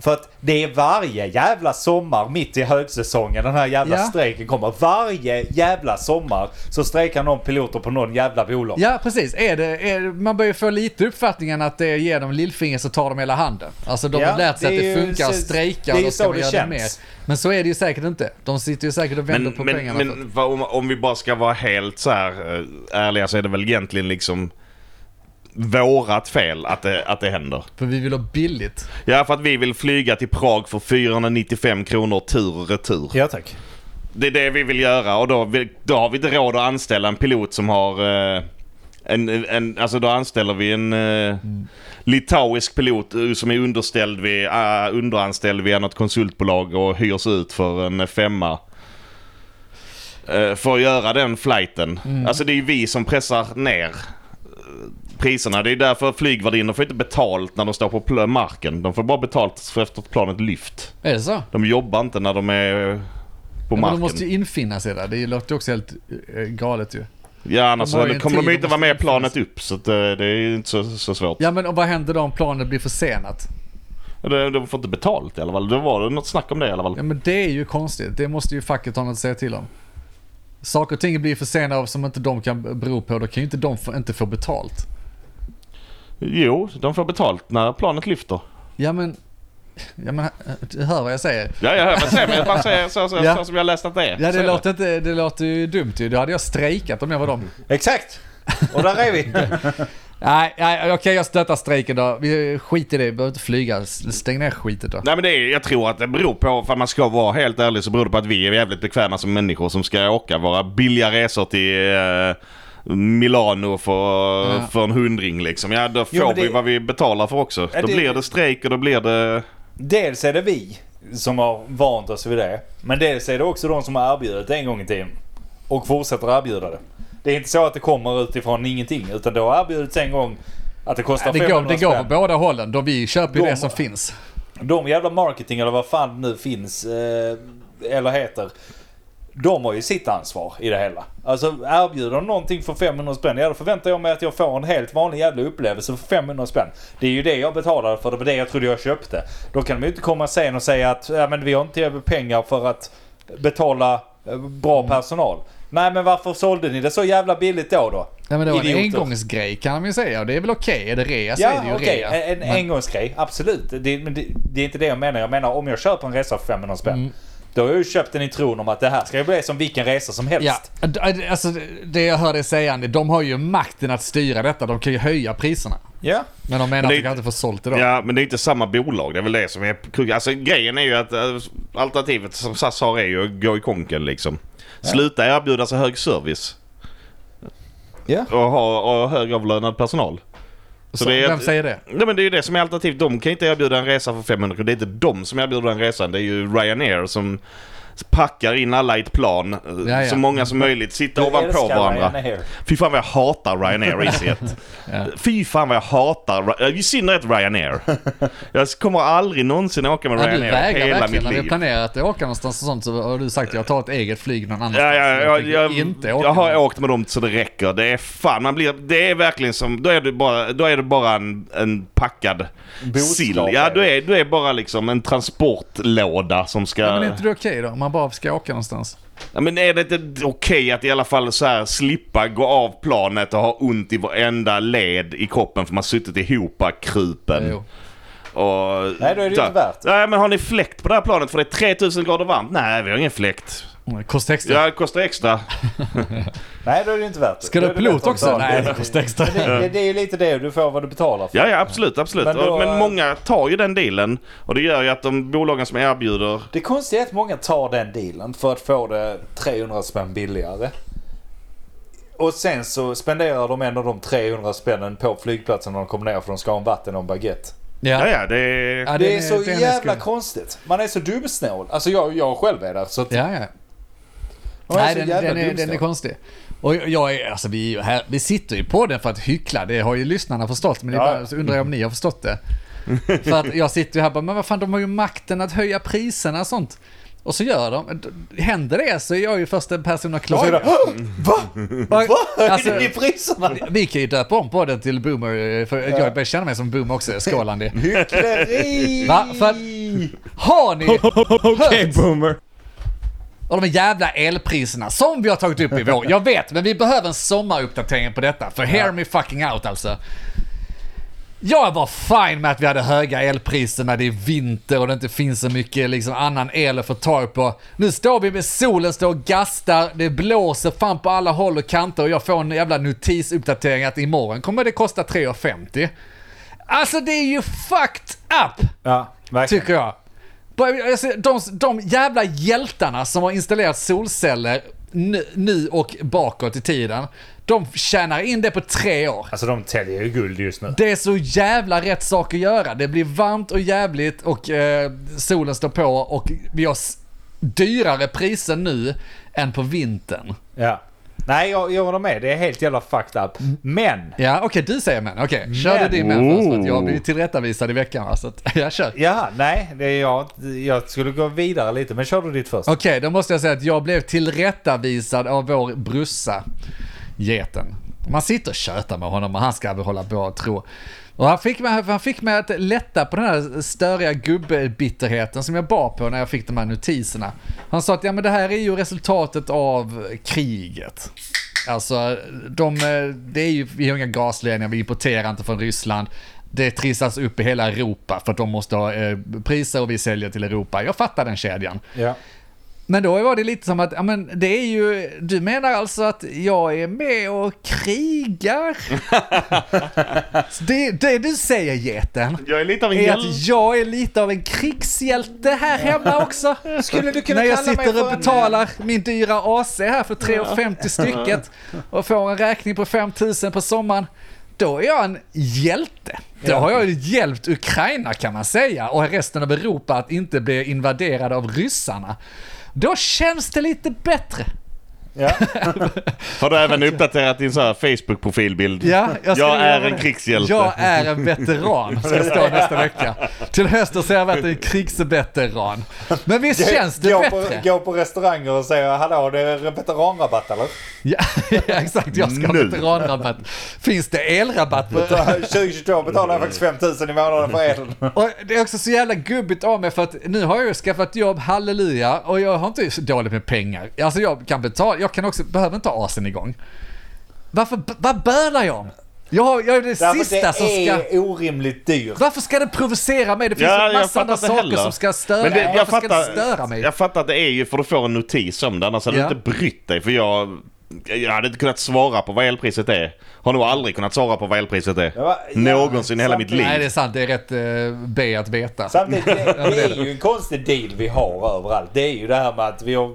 S1: För att det är varje jävla sommar mitt i högsäsongen den här jävla
S4: Ja.
S1: strejken kommer. Varje jävla sommar så strejkar någon piloter på någon jävla bolag.
S4: Ja, precis. Är det, är, man börjar få lite uppfattningen att det är ger dem lillfingret så tar de hela handen. Alltså de
S1: Ja,
S4: har lärt sig
S1: det är
S4: att det
S1: ju
S4: funkar att
S1: så-
S4: strejka
S1: det är
S4: och
S1: ju
S4: då ska
S1: så
S4: man
S1: det
S4: göra det mer.
S1: känns.
S4: Men så är det ju säkert inte. De sitter ju säkert och vänder
S3: Men,
S4: på
S3: men,
S4: pengarna. för att-
S3: men vad- om, om vi bara ska vara helt så här eh, ärliga så är det väl egentligen liksom vårat fel att det, att det händer.
S4: för vi vill ha billigt.
S3: Ja, för att vi vill flyga till Prag för 495 kronor tur och retur.
S1: Ja tack.
S3: Det är det vi vill göra och då, vill, då har vi inte råd att anställa en pilot som har... eh, En, en, alltså då anställer vi en eh, litauisk pilot eh, som är underställd vid, eh, underanställd via något konsultbolag och hyrs ut för en femma. Eh, för att göra den flighten.
S4: Mm.
S3: Alltså det är ju vi som pressar ner eh, priserna. Det är därför flygvärdinnor får inte betalt när de står på pl- marken. De får bara betalt för efter att planet lyft.
S4: Är det så? Ja,
S3: De jobbar inte när de är eh, på
S4: Men de
S3: marken.
S4: måste ju infinna sig där. Det låter ju också helt eh, galet ju.
S3: Ja annars
S4: De har ju
S3: så
S4: en
S3: kommer de
S4: tid,
S3: ju
S4: de
S3: inte vara med
S4: måste
S3: planet upp så att, eh, det är ju inte så, så svårt.
S4: Ja, men och vad händer då om planet blir försenat?
S3: De, de får inte betalt i alla fall. Det var det något snack om det i alla fall.
S4: Ja, men det är ju konstigt. Det måste ju facket ha något att säga till om. Saker och ting blir försenade av som inte de kan bero på. Då kan ju inte de få, inte få betalt.
S3: Jo, de får betalt när planet lyfter.
S4: Ja men, ja men, du hör vad jag säger.
S3: Ja, jag hör vad du säger men jag bara säger så, så,
S4: Ja.
S3: så som jag läst att det är.
S4: Ja
S3: Så är
S4: det låter, inte, det låter ju dumt ju. Då hade jag strejkat om jag var dem.
S1: Exakt! Och där är vi.
S4: Nej, nej okej jag stöttar strejken då. Vi skiter i det, vi behöver inte flyga. Stäng ner skitet då.
S3: Nej men det är, jag tror att det beror på, för man ska vara helt ärlig så beror det på att vi är jävligt bekväma som människor som ska åka våra billiga resor till eh, Milano för,
S4: Ja.
S3: för en hundring liksom. Ja då får
S1: men det-
S3: vi vad vi betalar för också.
S1: Ja,
S3: då
S1: det-
S3: blir det strejk och då blir det...
S1: Dels är det vi som har vant oss vid det. Men dels är det också de som har erbjudit det en gång i tiden. Och fortsätter erbjuda det. Det är inte så att det kommer utifrån ingenting. Utan det har erbjudits en gång att det kostar
S4: Det går,
S1: 500
S4: det går på
S1: spänn.
S4: båda hållen. Då vi köper ju
S1: De-
S4: det som finns.
S1: De jävla marketing eller vad fan det nu finns. Eh, eller heter. De har ju sitt ansvar i det hela. Alltså erbjuder de någonting för 500 spänn. Ja då förväntar jag mig att jag får en helt vanlig jävla upplevelse för 500 spänn. Det är ju det jag betalade för. Det var det jag trodde jag köpte. Då kan de ju inte komma sen och säga att ja, men vi har inte pengar för att betala eh, bra
S4: Mm.
S1: personal. Nej men varför sålde ni det så jävla billigt då då?
S4: Nej, men det var en
S1: Idioter.
S4: engångsgrej kan man ju säga. Och det är väl okej. Är det rea så är det
S1: Ja,
S4: ju
S1: okej.
S4: rea.
S1: En, en engångsgrej. Absolut. Det, men det, det är inte det jag menar. Jag menar om jag köper en resa för 500 spänn.
S4: Mm.
S1: Då har jag ju köpt den i tron om att det här ska ju bli som vilken resa som helst.
S4: Ja, d- alltså det jag hörde säga Andy, de har ju makten att styra detta. De kan ju höja priserna.
S1: Ja.
S4: Men de menar
S3: det-
S4: att de kan inte få sålt det då.
S3: Ja men det är inte samma bolag. Det är väl det som är... kugg- Alltså grejen är ju att eh, alternativet som SAS har är ju att gå i konken liksom. Sluta erbjuda så hög service.
S1: Ja.
S3: Och ha och högavlönad personal.
S4: så
S3: det är-
S4: vem säger det?
S3: Nej men det är ju det som är alternativet. De kan inte erbjuda en resa för 500 kronor. Det är inte de som erbjuder den resan. Det är ju Ryanair som packar in alla i ett plan. eh,
S4: Ja, ja.
S3: Så många som möjligt. Sitta
S1: Du
S3: ovanpå
S1: älskar
S3: varandra.
S1: Ryanair.
S3: Fy fan vad jag hatar Ryanair EasyJet. Fy fan vad jag hatar, Ry- i synnerhet Ryanair. Jag kommer aldrig någonsin åka med
S4: Ja, du
S3: Ryanair
S4: vägrar
S3: hela
S4: verkligen.
S3: mitt
S4: När vi har
S3: liv.
S4: planerat att åka någonstans och sånt så har du sagt att jag tar ett eget flyg någon
S3: Ja,
S4: annanstans.
S3: ja, ja,
S4: tänker
S3: jag,
S4: inte
S3: jag,
S4: åka
S3: har
S4: någon-
S3: åkt med dem så det räcker. Det är fan, man blir, det är verkligen som, då är du bara, då är du bara en, en packad
S1: Boskap
S3: sill.
S1: är
S3: Ja,
S1: det.
S3: du är, du är bara liksom en transportlåda som ska...
S4: Ja, men är inte det okej då? Om man bara ska åka någonstans?
S3: Ja, men är det inte okej att i alla fall så här slippa gå av planet och ha ont i varenda led i kroppen för man har suttit ihop
S1: Mm.
S3: krupen?
S4: Jo.
S3: Och,
S1: Nej, då är det ju
S3: Så-
S1: inte värt det.
S3: Nej, men har ni fläkt på det här planet för det är 3000 grader varmt? Nej, vi har ingen fläkt.
S4: Kost extra.
S3: Ja, det kostar extra.
S1: Nej, då är det inte värt det.
S4: Ska
S1: Då
S4: du
S1: är
S4: ha
S1: det
S4: pilot
S1: bättre att
S4: också?
S1: betala.
S4: Nej, det kostar extra.
S1: Men det, det, det är ju lite det. Du får vad du betalar för.
S3: Ja, ja absolut, absolut.
S1: Men
S3: Men,
S1: då-
S3: men många tar ju den dealen och det gör ju att de bolagen som erbjuder...
S1: Det konstiga är att många tar den dealen för att få det 300 spänn billigare. Och sen så spenderar de ändå de 300 spännen på flygplatsen när de kommer ner för de ska ha en vatten och en baguette.
S3: Ja,
S4: Ja.
S3: ja, det är...
S4: Ja,
S1: Det är
S4: en-
S1: så
S4: en
S1: jävla
S4: skumt.
S1: konstigt. Man är så dumsnål. Alltså jag, jag själv är där. Så att
S4: Ja, ja.
S1: man är
S4: Nej,
S1: så
S4: den,
S1: jävla
S4: den, är, den
S1: dumsnål.
S4: är konstig. Och jag är, alltså vi, är ju här, vi sitter ju på den för att hyckla, det har ju lyssnarna förstått. Men
S1: Ja, ja.
S4: ibland så undrar jag om ni har förstått det. för att jag sitter ju här och bara, men vad fan de har ju makten att höja priserna och sånt. Och så gör de, händer det så är jag ju första personen att
S1: Och så är det,
S4: klaga.
S1: Va? Vad
S4: Alltså-
S1: höjde ni priserna?
S4: Vi kan ju döpa om podden till Boomer, eh, för jag börjar känna mig som Boomer också, skål Andy.
S1: Hyckleri!
S4: Va? För- Har ni hört
S2: boomer.
S4: Och de jävla elpriserna som vi har tagit upp i vår. Jag vet, men vi behöver en sommaruppdatering på detta. För hear me fucking out alltså. Jag var fine med att vi hade höga elpriser när det är vinter och det inte finns så mycket liksom, annan el att få tag på. Nu står vi med solen, står och gastar, det blåser fan på alla håll och kanter och jag får en jävla notisuppdatering att imorgon kommer det kosta 3,50. Alltså det är ju fucked up!
S1: Ja, verkligen.
S4: Tycker jag. Bara- alltså, De, de jävla hjältarna som har installerat solceller nu, nu och bakåt i tiden. De tjänar in det på tre år.
S1: Alltså de täljer ju guld just nu.
S4: Det är så jävla rätt sak att göra. Det blir varmt och jävligt och eh, solen står på och vi har s- dyrare priser nu än på vintern.
S1: Ja. Nej, jag, jag håller med. Det är helt jävla fucked up.
S4: Mm.
S1: Men!
S4: Ja, okej, du säger men. Okej, kör
S1: Men-
S4: du din men först för att jag blev ju tillrättavisad i veckan va, så att jag kör.
S1: Ja, nej. Det är jag, jag skulle gå vidare lite, men kör du ditt först.
S4: Okej, då måste jag säga att jag blev tillrättavisad av vår brussa, geten. Man sitter och tjötar med honom och han ska väl hålla på och tro. Och han fick, mig, han fick mig att lätta på den här störiga gubbitterheten som jag bar på när jag fick de här notiserna. Han sa att ja, men det här är ju resultatet av kriget. Alltså, de, eh, det är ju, vi har inga gasledningar, vi importerar inte från Ryssland. Det trissas upp i hela Europa för att de måste ha eh, priser och vi säljer till Europa. Jag fattar den kedjan.
S1: Ja.
S4: Men då var det lite som att, ja men det är ju, du menar alltså att jag är med och krigar? Så det, det du säger geten,
S3: Jag är lite av en
S4: är
S3: hjälte.
S4: att jag är lite av en krigshjälte här hemma också.
S6: Skulle du kunna
S4: När jag
S6: kalla mig
S4: sitter och
S6: för en-
S4: betalar min dyra AC här för 3,50 stycket och får en räkning på 5000 på sommaren. Då är jag en hjälte. Då har jag ju hjälpt Ukraina kan man säga och resten av Europa att inte bli invaderade av ryssarna. Då känns det lite bättre.
S1: Ja.
S3: Har du även uppdaterat din så här Facebook-profilbild?
S4: Ja,
S3: jag,
S4: ska
S3: är
S4: göra
S3: en
S4: det.
S3: krigshjälte.
S4: Jag är en veteran, ska det stå nästa vecka. Till hösten så har jag varit en krigsveteran. Men visst känns det
S1: gå,
S4: bättre?
S1: på, gå på restauranger och säga hallå det är veteranrabatt eller?
S4: Ja, ja, exakt. Jag ska ha
S3: Nu.
S4: veteranrabatt. Finns det elrabatt på...
S1: 2022 betalar jag faktiskt 5000 i månaden för elen.
S4: Och det är också så jävla gubbigt av mig för att nu har jag ju skaffat jobb, halleluja, och jag har inte så dåligt med pengar. Alltså jag kan betala, jag kan också, behöver inte ha asen igång. Varför, vad bölar jag om? Jag, har, jag är det
S1: Därför
S4: sista
S1: det
S4: som ska...
S1: är orimligt dyrt.
S4: Varför ska det provocera mig? Det finns
S3: Ja,
S4: en
S3: jag
S4: massa
S3: fattar
S4: andra
S3: inte
S4: saker
S3: heller.
S4: som ska störa
S3: Men det, jag,
S4: Varför ska
S3: fattar,
S4: det störa mig?
S3: jag fattar att det är ju för att du får en notis om det, annars hade
S4: Ja.
S3: du inte brytt dig. För jag, jag hade inte kunnat svara på vad elpriset är. Har nog aldrig kunnat svara på vad elpriset är.
S1: Ja, va? Ja,
S3: Någonsin i hela mitt
S1: samtidigt-
S3: liv.
S4: Nej, det är sant. Det är rätt eh, B att veta.
S1: Samtidigt, det, det är ju en konstig deal vi har överallt. Det är ju det här med att vi har...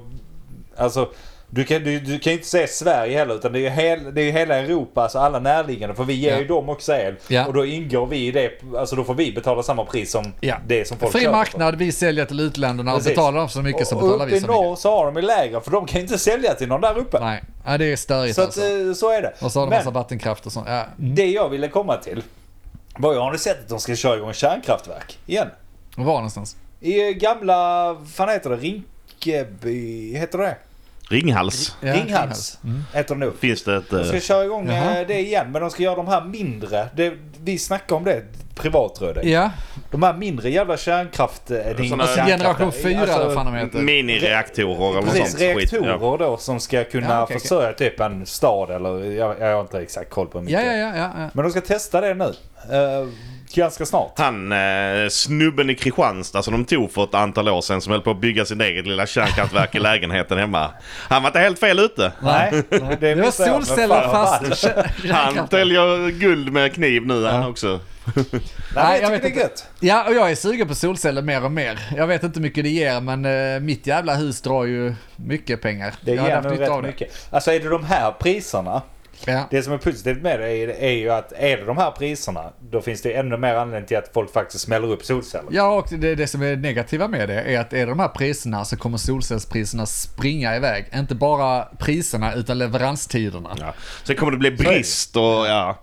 S1: Alltså, du kan, du, du kan ju inte säga Sverige heller utan det är ju hel, det är ju hela Europa, alltså alla närliggande. För vi ger
S4: Ja.
S1: ju dem också el.
S4: Ja.
S1: Och då ingår vi i det, alltså då får vi betala samma pris som
S4: Ja.
S1: det som folk
S4: Fri
S1: köper.
S4: marknad, vi säljer till utländerna och
S1: Precis.
S4: betalar dem så mycket så
S1: Och- och
S4: betalar
S1: uppe
S4: vi
S1: i
S4: så mycket.
S1: norr så har de ju lägre för de kan ju inte sälja till någon där uppe.
S4: Nej, ja, det är störigt
S1: Så, att,
S4: alltså.
S1: eh, så är det.
S4: Och så har de
S1: Men
S4: massa Mm. vattenkraft och sånt. Ja.
S1: det jag ville komma till var ju, har ni sett att de ska köra igång kärnkraftverk igen?
S4: Var någonstans?
S1: I eh, gamla, vad fan heter det, Rinkeby, heter det
S3: Ringhals.
S4: Ja, Mm.
S1: Ringhals heter det nog.
S3: Finns det ett...
S1: De ska
S3: eh,
S1: köra igång eh,
S4: Jaha.
S1: det igen men de ska göra de här mindre. Det, vi snackade om det privat tror jag det.
S4: Ja,
S1: De här mindre jävla kärnkraft... eh, det är
S3: Såna-
S1: inte kärnkraft,
S4: generation
S1: eh,
S4: 4 eller vad fan de heter.
S3: Minireaktorer eller något
S1: Precis,
S3: sånt skit.
S1: reaktorer
S3: Ja.
S1: då som ska kunna
S4: Ja, okej, okej.
S1: försörja typ en stad eller jag, jag har inte exakt koll på hur
S4: Ja,
S1: mycket.
S4: ja, ja. ja, ja.
S1: Men de ska testa det nu. eh, ganska snart.
S3: Han eh, snubben i Kristianstad som de tog för ett antal år sedan som höll på att bygga sin eget lilla kärnkraftverk i lägenheten hemma. Han var inte helt fel ute.
S1: Nej,
S4: Det var
S1: missar jag, men
S4: solceller
S1: fan vad
S4: fast
S1: ballt.
S3: Han
S4: kärnkraft.
S3: täljer guld med kniv nu han också.
S1: Nej, jag tycker
S4: vet
S1: det
S4: inte.
S1: är gött.
S4: Ja, och jag är sugen på solceller mer och mer. Jag vet inte hur mycket det ger, men eh, mitt jävla hus drar ju mycket pengar.
S1: Det
S4: jag hade
S1: ger
S4: haft
S1: nog
S4: nytta
S1: rätt
S4: av det.
S1: mycket. Alltså är det de här priserna
S4: Ja.
S1: Det som är positivt med det är, är ju att är det de här priserna då finns det ännu mer anledning till att folk faktiskt smäller upp solceller.
S4: Ja, och det, det som är negativa med det är att är det de här priserna så kommer solcellspriserna springa iväg. Inte bara priserna utan leveranstiderna. Ja.
S3: Ja. Sen kommer det bli brist och ja.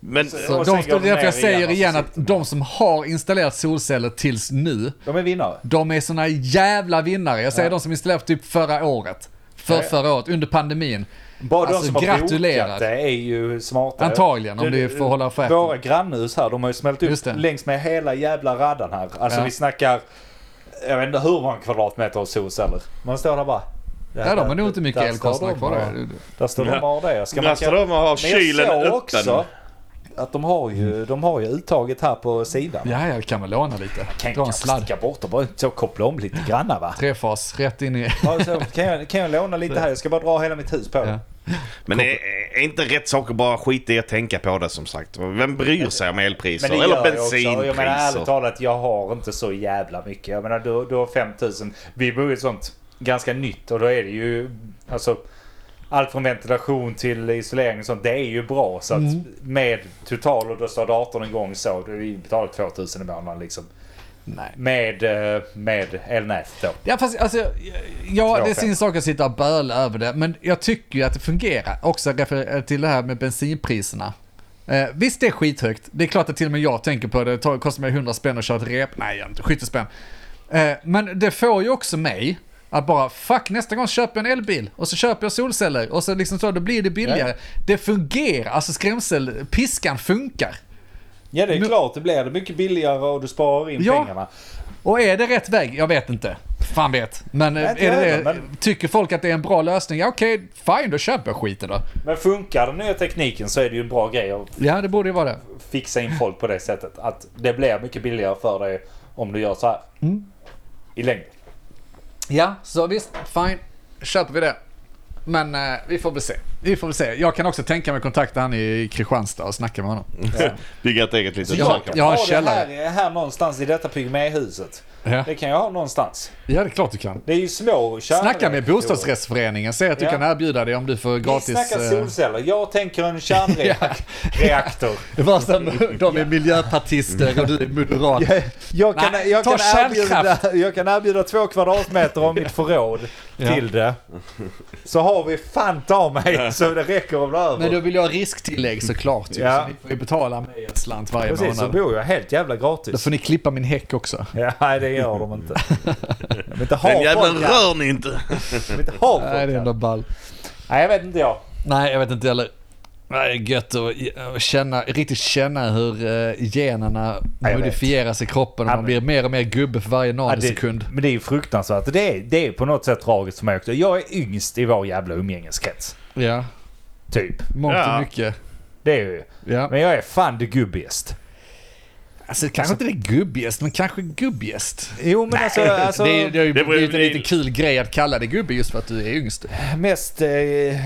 S3: Men
S4: Så
S1: Och sen
S4: de, det
S1: går
S4: är
S1: de
S4: därför jag
S1: ner
S4: säger
S1: igen och så
S4: igen att
S1: sitter
S4: de som har installerat solceller tills nu,
S1: De är vinnare.
S4: de är såna jävla vinnare. Jag säger de som installerade typ förra året. För
S1: Ja, ja.
S4: förra året, under pandemin.
S1: Bara
S4: Alltså,
S1: de som har
S4: gratulerar.
S1: bokat det är ju smarta.
S4: Antagligen, om det får hålla för
S1: Våra grannhus här, de har ju smält
S4: Just
S1: upp
S4: det.
S1: längs med hela jävla raddan här. Alltså
S4: Ja.
S1: vi snackar, jag vet inte hur många kvadratmeter av solceller. Man står där bara.
S4: Ja, de har nog
S1: där-
S4: inte mycket
S1: där står
S4: elkostnader
S1: de
S4: kvar
S1: och-
S4: där.
S1: Där står de
S3: Ja.
S1: och har det. Ska man
S3: nästa de har
S1: Men jag
S3: kylen
S1: såg
S3: öppen.
S1: också att de har, ju, de har ju uttaget här på sidan.
S4: Ja, jag kan väl låna lite.
S1: Kan
S4: Dra
S1: jag
S4: en sladd.
S1: sticka bort och bara så koppla om lite granna va?
S4: Trefas, rätt in i...
S1: Ja, så kan, jag, kan jag låna lite här? Jag ska bara dra hela mitt hus på
S4: Ja.
S1: det.
S3: Men är, är inte rätt saker bara skit i att tänka på det som sagt? Vem bryr sig om elpriser?
S1: gör
S3: Eller
S1: jag också. Jag menar ärligt
S3: bensinpriser?
S1: talat, jag har inte så jävla mycket. Jag menar du, du har 5000. Vi bor i ett sånt ganska nytt och då är det ju alltså allt från ventilation till isolering och sånt. Det är ju bra så att med total och då står datorn igång så. Vi betalar 2000 i månaden liksom.
S4: Nej.
S1: Med, eh, med elnät då.
S4: Ja, fast alltså, ja, det är sin
S1: Tråkigt.
S4: sak att sitta och böla över det, men jag tycker ju att det fungerar. Också refererar till det här med bensinpriserna. Eh, visst, det är skithögt. Det är klart att till och med jag tänker på det. Det tar- kostar mig 100 spänn att köra ett rep. Nej, jag inte. 70 spänn. Eh, men det får ju också mig att bara, fuck, nästa gång köper jag en elbil och så köper jag solceller och så liksom så, då blir det billigare. Det fungerar, alltså skrämselpiskan funkar.
S1: Ja det är
S4: Nu-
S1: klart, det blir det mycket billigare och du sparar in
S4: Ja.
S1: pengarna.
S4: Och är det rätt väg? Jag vet inte. Fan vet. Men eh,
S1: inte
S4: är det,
S1: jag
S4: det
S1: heller, men-
S4: tycker folk att det är en bra lösning? Ja okej, fine då köper jag skiten då.
S1: Men funkar den nya tekniken så är det ju en bra grej att
S4: Ja det borde ju vara det.
S1: fixa in folk på det sättet.
S4: Mm.
S1: Att det blir mycket billigare för dig om du gör så här. I längden.
S4: Ja, så visst, fine. Köper vi det. Men eh, vi får väl se. Vi får väl se. Jag kan också tänka mig att kontakta han i Kristianstad och snacka med honom.
S3: Bygga ett eget litet
S1: Jag,
S4: Ja.
S1: jag
S3: kök.
S1: kan
S4: jag har
S1: ha
S4: en
S1: det
S4: källare.
S1: här, eh, här någonstans i detta pygméhuset.
S4: Ja.
S1: Det kan jag ha någonstans.
S4: ja, det är klart du kan.
S1: Det är ju små kärnor.
S4: Snacka med bostadsrättsföreningen. Säg att du
S1: Ja.
S4: kan erbjuda det om du får
S1: Vi
S4: gratis...
S1: snackar
S4: eh,
S1: solceller. Jag tänker en kärnreaktor.
S4: Det värsta med de är miljöpartister och du är moderat.
S1: Jag kan,
S4: Nej,
S1: jag,
S4: ta
S1: kan
S4: kärnkraft.
S1: erbjuda, jag kan erbjuda två kvadratmeter av mitt förråd
S4: Ja.
S1: till det. Så har vi fan ta mig så det räcker om det är över.
S4: Men då vill jag ha risktillägg såklart. ju.
S1: Ja.
S4: Så ni får ju betala mig en slant varje
S1: Precis, så
S4: månad.
S1: bor jag helt jävla
S4: Då
S1: gratis.
S4: får ni klippa min häck också.
S1: Ja, nej, det gör de inte. De vill inte ha
S3: Den jäveln
S1: folk här.
S3: rör ni inte!
S1: De vill inte ha folk
S4: Nej, det är
S1: här.
S4: ändå ball.
S1: Nej, jag vet inte jag.
S4: Nej, jag vet inte heller. Nej, det är gött att att känna, riktigt känna hur eh, generna
S1: Ja, jag vet.
S4: modifieras i kroppen och
S1: Ja, men-
S4: man blir mer och mer gubbe för
S1: Ja,
S4: varje
S1: det,
S4: nanosekund.
S1: men det är ju fruktansvärt. Det är, det är på något sätt tragiskt för mig också. Jag är yngst i vår jävla umgängeskrets.
S4: Ja,
S1: Typ.
S4: mångt och
S3: Ja.
S4: mycket.
S1: Det är ju.
S4: Ja.
S1: Men jag är fan det gubbigast.
S4: Alltså, kanske inte det är gubbigast, men kanske gubbigäst.
S1: Jo men alltså, alltså
S4: det, är- det har ju
S3: Det beror-
S4: blivit en
S3: det-
S4: lite kul grej att kalla dig gubbe just för att du är yngst.
S1: mest, eh,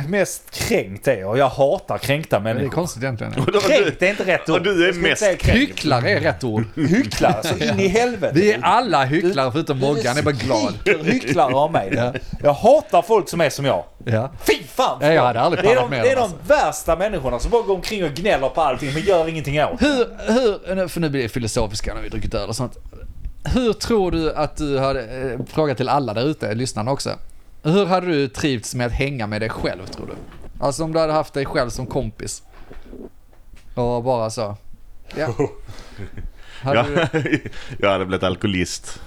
S1: mest kränkt är jag. Jag hatar kränkta
S4: Men det är
S1: människor.
S4: konstigt egentligen. ja.
S1: Kränkt är inte rätt ord.
S3: och du är
S1: Jag skulle inte
S3: mest
S1: säga kränkt.
S4: Hycklare är rätt ord.
S1: Hycklare alltså, så in i helvete.
S4: Vi är alla hycklare förutom Mogge, han är bara glad.
S1: Skriker Hycklare av mig. Jag hatar folk som är som jag.
S4: Ja.
S1: Fy fan!
S4: Nej, jag hade aldrig
S1: det är
S4: pallat
S1: de,
S4: med
S1: det är
S4: dem, alltså.
S1: de värsta människorna som bara går omkring och gnäller på allting men gör ingenting åt.
S4: Hur, hur, nu- för nu blir det filosofiska när vi druckit öl och sånt. Hur tror du att du hade, eh, fråga till alla där ute, lyssnarna också. Hur hade du trivts med att hänga med dig själv tror du? Alltså om du hade haft dig själv som kompis. Och bara så. Ja. Hade
S3: Ja,
S4: du,
S3: jag hade blivit alkoholist.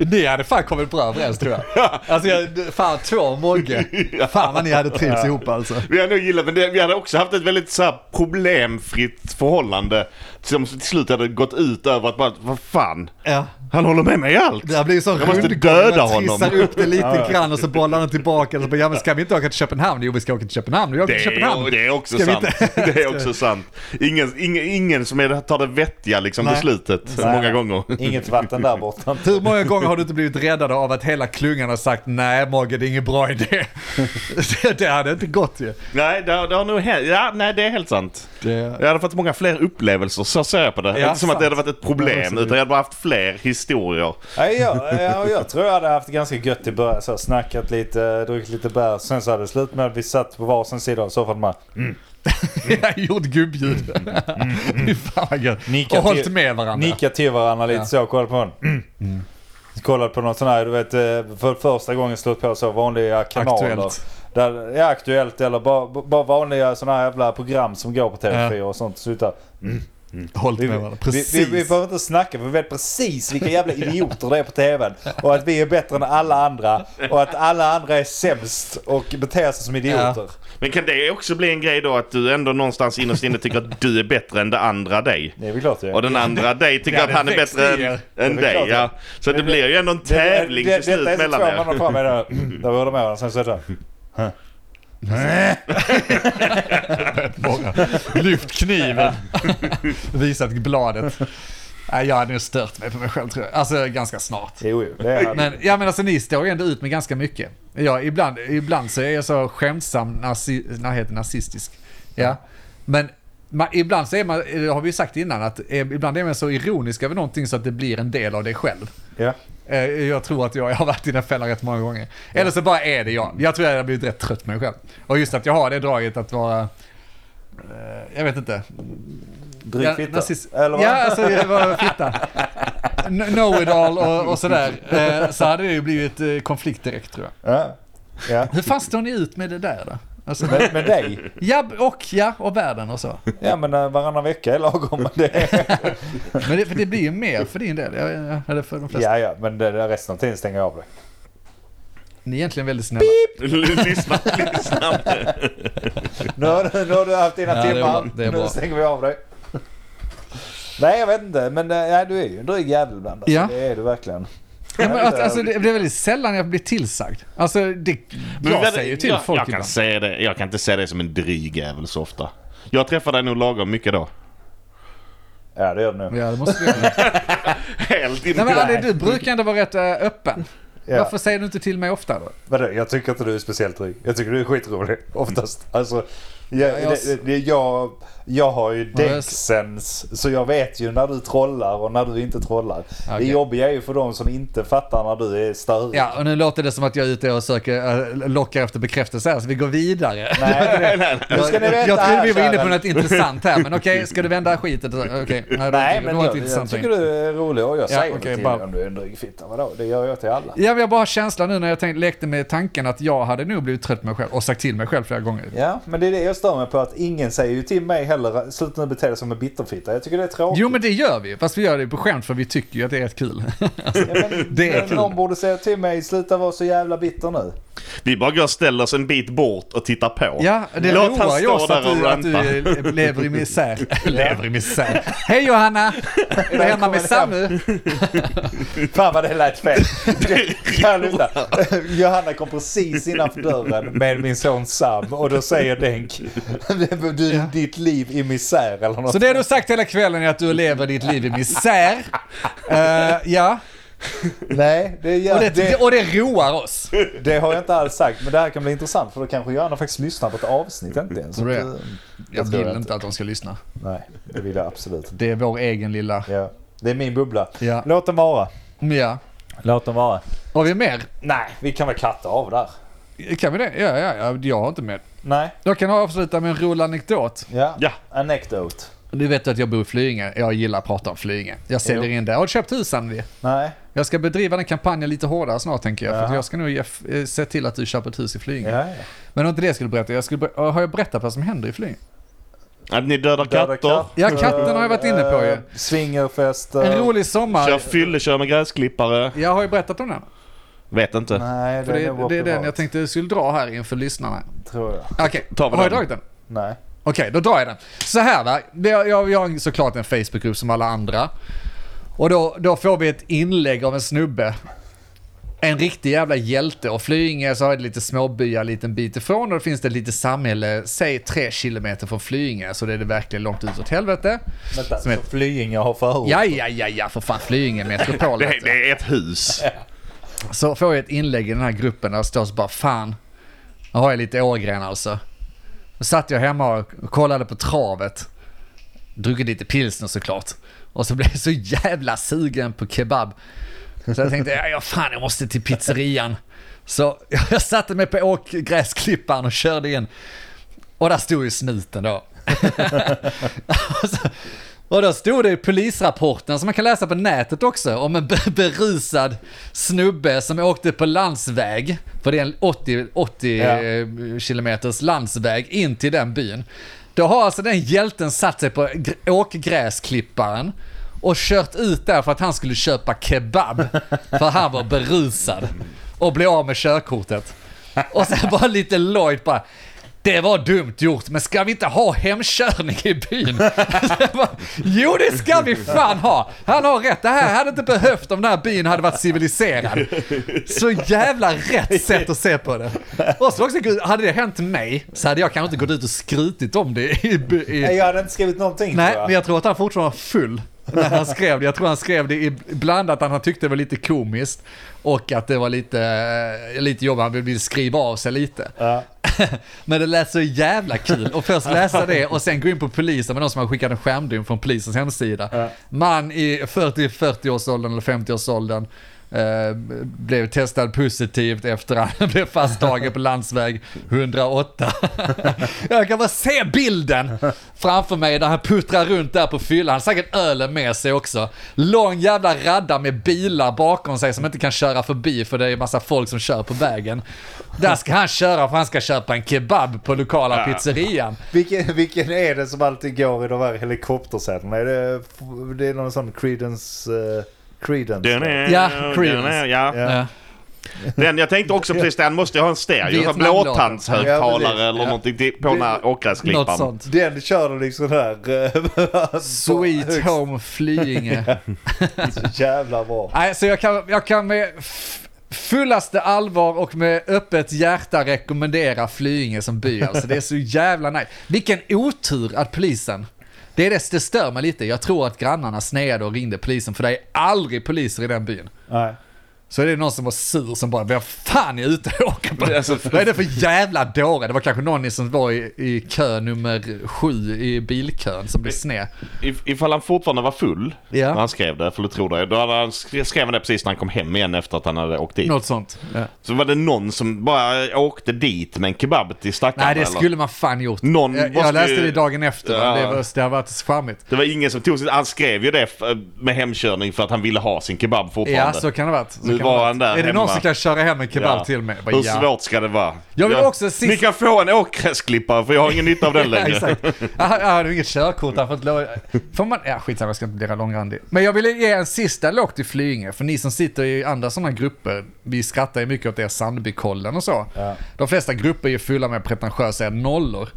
S4: ni hade fan kommit bra överens tror jag. Alltså jag, fan två Mogge. Fan vad ni hade trivts ihop alltså.
S3: Vi hade nog gillat, men det, vi hade också haft ett väldigt så här, problemfritt förhållande. Som till slut hade gått ut över att bara, vad fan,
S4: Ja.
S3: han håller med mig i allt.
S4: Det här blir ju sån
S3: Jag måste
S4: rundgång,
S3: döda
S4: man trissar
S3: honom.
S4: upp det lite grann och så bollar han tillbaka. Och så bara, ja, men ska vi inte åka till Köpenhamn? Jo, vi ska åka till Köpenhamn. Vi åker
S3: Det
S4: till Köpenhamn.
S3: är, det är också
S4: Ska vi
S3: sant. Det är också sant. Ingen, ingen, ingen som är, tar det vettiga liksom,
S4: Nej.
S3: beslutet
S1: Nej.
S3: många gånger.
S1: Inget vatten där borta.
S4: Hur många gånger har du inte blivit räddad av att hela klungan har sagt nej Mogge, det är ingen bra idé. det, det hade inte gått ju.
S3: Nej, det har, det har nog hänt. Ja, nej, det är helt sant. Jag hade fått många fler upplevelser, så ser jag på det.
S4: Ja,
S3: inte som att det
S4: sant.
S3: hade varit ett
S4: Ja,
S3: problem,
S4: absolut.
S3: utan jag hade bara haft fler historier.
S1: Nej, jag, jag, jag tror jag hade haft det ganska gött i början. Så här, snackat lite, druckit lite bärs. Sen så hade det slut med att vi satt på varsin sida av soffan och bara
S4: Jag gjort gubbljud.
S1: Mm.
S4: Fy fan vad gött.
S1: Nicka
S4: Och hållit
S1: till-
S4: med varandra.
S1: nickat till varandra lite
S4: Ja.
S1: så. Kollade på en.
S4: Mm.
S1: Kollade på någon sån här, du vet, eh, för första gången slått på så vanliga kanaler.
S4: Aktuellt.
S1: Där, ja, aktuellt eller bara, bara vanliga sådana här jävla program som går på TV4 och sånt. Så utan,
S4: Hållit
S1: vi,
S4: med varandra.
S1: vi,
S4: Precis.
S1: vi, vi behöver inte snacka för vi vet precis vilka jävla idioter det är på TVn. Och att vi är bättre än alla andra. Och att alla andra är sämst och beter sig som idioter.
S3: Men kan det också bli en grej då att du ändå någonstans innerst inne tycker att du är bättre än det andra dig?
S1: Det är väl klart det är.
S3: Och den andra dig tycker
S4: Ja,
S3: att han
S4: det
S3: är
S4: växer
S3: bättre
S4: i er.
S3: än, än
S1: Det är
S3: dig.
S1: klart
S3: Ja. Så det blir ju ändå en tävling till
S1: Detta
S3: slut
S1: är så två
S3: mellan er.
S1: månader fram med det. Där var de med varandra. Sen så är det
S4: Bara Lyft kniven. Visat bladet. Nej, jag hade nog stört mig på mig själv tror jag. Alltså ganska snart.
S1: Jo, jo. Det är
S4: Men, ja, men alltså ni står ju ändå ut med ganska mycket. Ja, ibland, ibland så är jag så skämtsam, nazi, nej, heter nazistisk. Ja. Men man, ibland så är man, det har vi ju sagt innan, att eh, ibland är man så ironisk över någonting så att det blir en del av dig själv.
S1: ja.
S4: Eh, Jag tror att jag, jag har varit i den fällan rätt många gånger. Eller så bara är det jag. Jag tror jag har blivit rätt trött på mig själv. Och just att jag har det draget att vara... eh, Jag vet inte.
S1: Dryg fitta.
S4: nazist-
S1: Eller vad?
S4: ja alltså jag var fitta. Kn- Know-it-all och, och sådär. Eh, Så hade det ju blivit eh, konflikt direkt tror jag.
S1: Ja. ja.
S4: Hur fan står ni ut med det där då? Alltså,
S1: Men, men dig?
S4: ja, och ja, och världen och så.
S1: Ja men eh, varannan vecka är lagom. Men det
S4: Men det, för det blir ju mer för din del, ja, ja, eller för de
S1: Ja
S4: flesta.
S1: ja, men det, det, resten av tiden stänger jag av det.
S4: Ni är egentligen väldigt snälla.
S3: lyssna, lyssna.
S1: Nu har, du- nu har du haft dina
S4: Ja, det är
S1: timmar.
S4: bra, det är bra.
S1: Nu stänger vi av dig. Nej jag vet inte, men eh, ja, du är ju en dryg jävel ibland. Alltså.
S4: Ja.
S1: Det är du verkligen.
S4: Ja, men, att- alltså, det, det är väldigt sällan jag blir tillsagd. Alltså, det, jag
S3: vad-
S4: säger ju till
S3: jag,
S4: folk
S3: jag kan,
S4: ibland.
S3: säga det, jag kan inte säga det som en dryg jävel så ofta. Jag träffar dig nog lagom mycket då.
S1: Ja det gör du nu.
S4: Ja, det måste jag göra.
S3: Helt in
S4: Nej,
S3: i
S4: men
S3: det.
S4: Andy, du brukar ändå vara rätt eh, öppen.
S1: Ja.
S4: Varför säger du inte till mig ofta då?
S1: Vadå, jag tycker inte du är speciellt dryg. Jag tycker du är skitrolig oftast. Alltså, jag,
S4: jag-
S1: det, det, jag, jag har ju
S4: Ja, jag-
S1: däcksens så jag vet ju när du trollar och när du inte trollar. Det
S4: Okej.
S1: jobbiga är ju för de som inte fattar när du är störig.
S4: Ja, och nu låter det som att jag är ute och söker, äh, lockar efter bekräftelse här, så vi går vidare.
S1: Nej, nej, nej. Nu ska ni veta
S4: jag trodde vi
S1: här,
S4: var inne
S1: kära-
S4: på något intressant här, men okej, ska du vända skitet? Okej, nej,
S1: Nej,
S4: det,
S1: men
S4: var
S1: jag, jag
S4: inte intressant.
S1: tycker du är rolig och jag
S4: Ja,
S1: säger
S4: okej,
S1: det till
S4: bara-
S1: dig om du är en dryg fitta. Vadå, det gör jag till alla.
S4: Ja, men jag bara har känslan nu när jag tänkt, lekte med tanken att jag hade nog blivit trött på mig själv och sagt till mig själv flera gånger.
S1: Ja, men det är det jag stör mig på att ingen säger ju till mig heller sluta nu bete dig som en bitterfitta. Jag tycker det är tråkigt.
S4: Jo, men det gör vi, fast vi gör det på skämt för vi tycker ju att det är rätt kul.
S1: Ja, men,
S4: det är
S1: men
S4: kul.
S1: någon borde säga till mig sluta vara så jävla bitter nu.
S3: Vi bara går och ställer oss en bit bort och tittar på.
S4: Ja, det
S3: Låt han
S4: roar ju
S3: stå
S4: oss
S3: där
S4: att du,
S3: och
S4: att du eh, lever i misär. lever i misär. Hej Johanna! Är du hemma
S1: Välkommen
S4: med
S1: hem.
S4: Samu?
S1: Fan vad det lät fel. Kan du inte? Johanna kom precis innanför dörren med min son Sam och då säger Denk du, ditt liv i misär eller något.
S4: Så det du har sagt hela kvällen är att du lever ditt liv i misär. Eh, ja,
S1: Nej, det, gör,
S4: och
S1: det,
S4: det, och det roar oss.
S1: det har jag inte alls sagt men det här kan bli intressant för då kanske Johanna faktiskt lyssnar på ett avsnitt inte ens.
S4: Tror du det?
S1: Så att, eh,
S4: Jag
S1: tror
S4: vill inte att de ska lyssna.
S1: Nej, det vill jag absolut inte.
S4: Det är vår egen lilla...
S1: Ja, det är min bubbla.
S4: Ja.
S1: Låt dem vara.
S4: ja.
S1: Låt dem vara.
S4: Har vi mer?
S1: Nej, vi kan väl katta av där.
S4: Kan vi det? Ja, ja, ja, jag har inte mer.
S1: Nej,
S4: Jag kan avsluta med en rolig anekdot.
S1: ja.
S3: Ja.
S1: Anekdot.
S4: Du vet att jag bor i Flyinge. Jag gillar att prata om Flyinge. Jag säljer
S1: Jo.
S4: in det. Jag har köpt hus, Anvi.
S1: Nej,
S4: Jag ska bedriva den kampanjen lite hårdare snart, tänker jag. För att
S1: Jaha.
S4: jag ska nog ge, f- eh, se till att du köper ett hus i Flyinge.
S1: ja, ja.
S4: Men det var inte det jag skulle berätta. Jag skulle, ber- har jag berättat vad som händer i Flyinge?
S3: Att ni dödar
S1: Döda
S3: katter,
S4: Ja, katten har jag varit inne på ju.
S1: eh, Swingerfester.
S4: En rolig sommar.
S3: kör fyllekör med gräsklippare.
S4: Jag har ju berättat om den.
S3: Vet inte.
S1: Nej,
S4: För
S1: den är
S4: det,
S1: vår
S4: det är den
S1: privat,
S4: jag tänkte jag skulle dra här inför lyssnarna.
S1: Tror jag.
S4: Okej,
S3: Ta vi
S4: har jag
S3: den?
S4: dragit den?
S1: Nej.
S4: Okej, då drar jag den. Så här va, Det- jag, jag har såklart en Facebookgrupp som alla andra. Och då, då får vi ett inlägg av en snubbe. En riktig jävla hjälte. Och Flyinge så har det lite småbyar en liten bit ifrån. Och då finns det ett litet samhälle, säg tre kilometer från Flyinge. Så det är det verkligen långt ut åt helvete.
S1: Vänta,
S4: Som
S1: så
S4: ett-
S1: Flyinge har förort.
S4: Ja, ja, ja, ja, för fan Flyinge metropol.
S3: Oh. Det,
S4: vet
S3: är-
S4: du.
S3: det är ett hus.
S4: Så får jag ett inlägg i den här gruppen där det står så bara fan, nu har jag lite Ågren alltså. Då satt jag hemma och kollade på travet. Druckit lite pilsner såklart. Och så blev jag så jävla sugen på kebab. Så jag tänkte, ja, ja fan jag måste till pizzerian. Så jag satte mig på åkgräsklipparen och körde in. Och där stod ju snuten då. Och så- och då stod det i polisrapporten som man kan läsa på nätet också om en be- berusad snubbe som åkte på landsväg. För det är en 80, 80
S1: Ja.
S4: eh, kilometers landsväg in till den byn. Då har alltså den hjälten satt sig på gr- åkgräsklipparen och kört ut där för att han skulle köpa kebab. För han var berusad och blev av med körkortet. Och sen bara lite lojt bara. Det var dumt gjort, men ska vi inte ha hemkörning i byn? Jag bara, jo, det ska vi fan ha! Han har rätt, det här hade inte behövt om den här byn hade varit civiliserad. Så jävla rätt sätt att se på det. Och så också, gud, hade det hänt mig så hade jag kanske inte gått ut och skrutit om det i, by- i,
S1: Nej, jag hade inte skrivit någonting
S4: Nej,
S1: tror jag.
S4: men jag tror att han fortfarande var full när han skrev det. Jag tror han skrev det i- bland att han tyckte det var lite komiskt och att det var lite, eh, lite jobbigt, han ville skriva av sig lite.
S1: Ja.
S4: Men det lät så jävla kul. Och först läsa det och sen gå in på polisen med någon som har skickat en skärmdump från polisens hemsida. Man i 40, 40-årsåldern eller 50-årsåldern eh, blev testad positivt efter att han blev fasttagen på landsväg 108. Jag kan bara se bilden framför mig där han puttrar runt där på fyllan. Han har säkert ölen med sig också. Lång jävla radda med bilar bakom sig som inte kan köra förbi för det är massa folk som kör på vägen. Där ska han köra för han ska köpa en kebab på lokala pizzerian.
S1: Vilken, vilken är det som alltid går i de här helikoptersätena? Är det, det är någon sån Creedence... eh, Creedence?
S3: Den är,
S4: Ja,
S3: den
S4: Creedence.
S3: är, ja.
S1: Ja.
S4: Ja.
S3: Den, jag tänkte också precis den måste jag ha en stereo.
S4: Vietnam-
S3: en Blåtandshögtalare
S1: Ja,
S3: eller någonting till, på den här
S4: Något
S3: åkgräsklipparen.
S4: sånt.
S1: Den kör du liksom där. eh,
S4: Sweet
S1: högst
S4: home Flyinge.
S1: Jävla bra.
S4: Nej, så jag kan, jag kan med f- fullaste allvar och med öppet hjärta rekommendera Flyinge som by. Alltså, det är så jävla nice. Vilken otur att polisen Det är det, det stör mig lite. Jag tror att grannarna sneade och ringde polisen för det är aldrig poliser i den byn.
S1: Nej.
S4: Så är det någon som var sur som bara, vad fan är jag ute och åker på?
S3: Det är så-
S4: Vad är det för jävla dåre? Det var kanske någon som var i, i kö nummer sju i bilkön som blev sned.
S3: If, ifall han fortfarande var full
S4: Ja.
S3: när han skrev det, för du tror det, då hade han sk- skrev han det precis när han kom hem igen efter att han hade åkt dit.
S4: Något sånt. Ja.
S3: Så var det någon som bara åkte dit med en kebab till stackaren
S4: Nej, det
S3: eller?
S4: skulle man fan gjort.
S3: Någon
S4: jag,
S3: Mm, måste
S4: jag läste
S3: ju-
S4: det dagen efter,
S3: Ja.
S4: men det, var, det har varit charmigt.
S3: Det var ingen som tog sig... Han skrev ju det f- med hemkörning för att han ville ha sin kebab fortfarande.
S4: Ja, så kan det ha varit. Så
S3: Nu
S4: kan det
S3: var
S4: ha varit.
S3: han där
S4: Är det någon
S3: hemma.
S4: som kan köra hem en kebab
S3: Ja.
S4: till mig? Bara,
S3: Hur
S4: ja.
S3: svårt ska det vara?
S4: Jag vill också sist-
S3: Ni kan få en åkgräsklippare för jag har ingen nytta av den
S4: Ja,
S3: längre.
S4: exakt. Han han hade inget körkort, han får inte lov... Får man... Ja, skitsamma, jag ska inte bli långrandig. Men jag ville ge en sista låg till Flyinge, för ni som sitter i andra sådana grupper, vi skrattar ju mycket åt er Sandbykollen och så. De flesta grupper är ju fulla med pretentiösa nollor.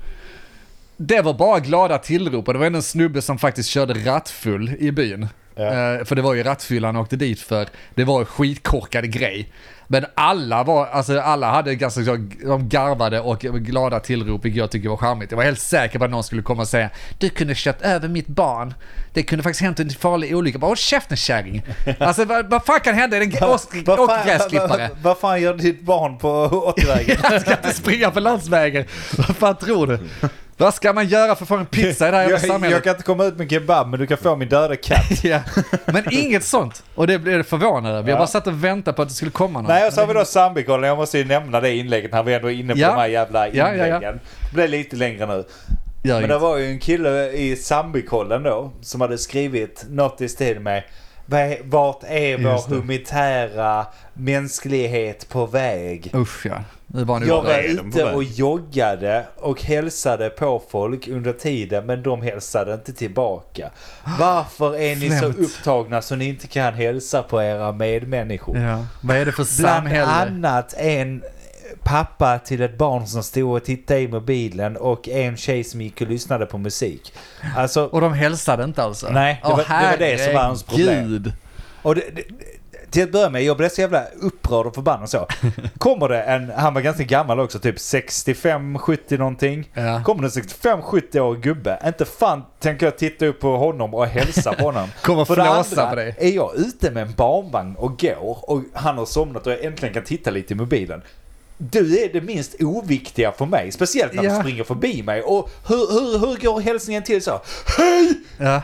S4: Det var bara glada tillrop och det var ändå en snubbe som faktiskt körde rattfull i byn. Eh, för det var ju rattfylla han åkte dit för. Det var en skitkorkad grej. Men alla var, alltså alla hade ganska så, de garvade och glada tillrop, vilket jag tycker var charmigt. Jag var helt säker på att någon skulle komma och säga Du kunde kört över mitt barn. Det kunde faktiskt hänt en farlig olycka. Bara håll käften kärring. Alltså vad, vad fan kan hända? Är det en åk-
S1: Vad fan-
S4: åkgräsklippare?
S1: vad- Vad fan gör ditt barn på återvägen?
S4: Jag ska inte springa på landsvägen. Vad fan tror du? Vad ska man göra för att få en pizza i det här jävla
S1: jag,
S4: samhället?
S1: jag kan inte komma ut med kebab men du kan få min döda katt.
S4: Ja, men inget sånt. Och det blev förvånade över. Jag bara satt och väntade på att det skulle komma någon.
S1: Nej, och så har vi då Zambikollen. Jag måste ju nämna det inlägget när vi ändå är inne på
S4: Ja.
S1: de här jävla
S4: Ja, ja,
S1: inläggen.
S4: ja.
S1: Det blev lite längre nu.
S4: Gör
S1: Men det
S4: inget.
S1: var ju en kille i Zambikollen då som hade skrivit något i stil med "Vad- Vart är
S4: Just
S1: vår
S4: det.
S1: humanitära mänsklighet på väg?
S4: Usch ja, nu var
S1: Jag var
S4: nu
S3: är de på
S1: ute
S3: väg?
S1: och joggade och hälsade på folk under tiden men de hälsade inte tillbaka. Varför är ni så
S4: Flämt.
S1: upptagna så ni inte kan hälsa på era medmänniskor?
S4: ja. Vad är det för
S1: Bland
S4: samhälle?
S1: annat en pappa till ett barn som stod och tittade i mobilen och en tjej som gick och lyssnade på musik. Alltså,
S4: Och de hälsade inte alltså?
S1: Nej, det var- det var det som var hans problem.
S4: herregud.
S1: och det, det, till att börja med, jag blev så jävla upprörd och förbannad så. Kommer det en, han var ganska gammal också, typ 65-70 någonting.
S4: Ja.
S1: Kommer det en 65-70 år gubbe, inte fan tänker jag titta upp på honom och hälsa på honom.
S4: Kommer
S1: För det
S4: flåsa
S1: andra
S4: på dig.
S1: är jag ute med en barnvagn och går och han har somnat och jag äntligen kan titta lite i mobilen. Du är det minst oviktiga för mig, speciellt när
S4: Ja.
S1: du springer förbi mig. Och hur, hur, hur går hälsningen till så? Hej!
S4: Ja.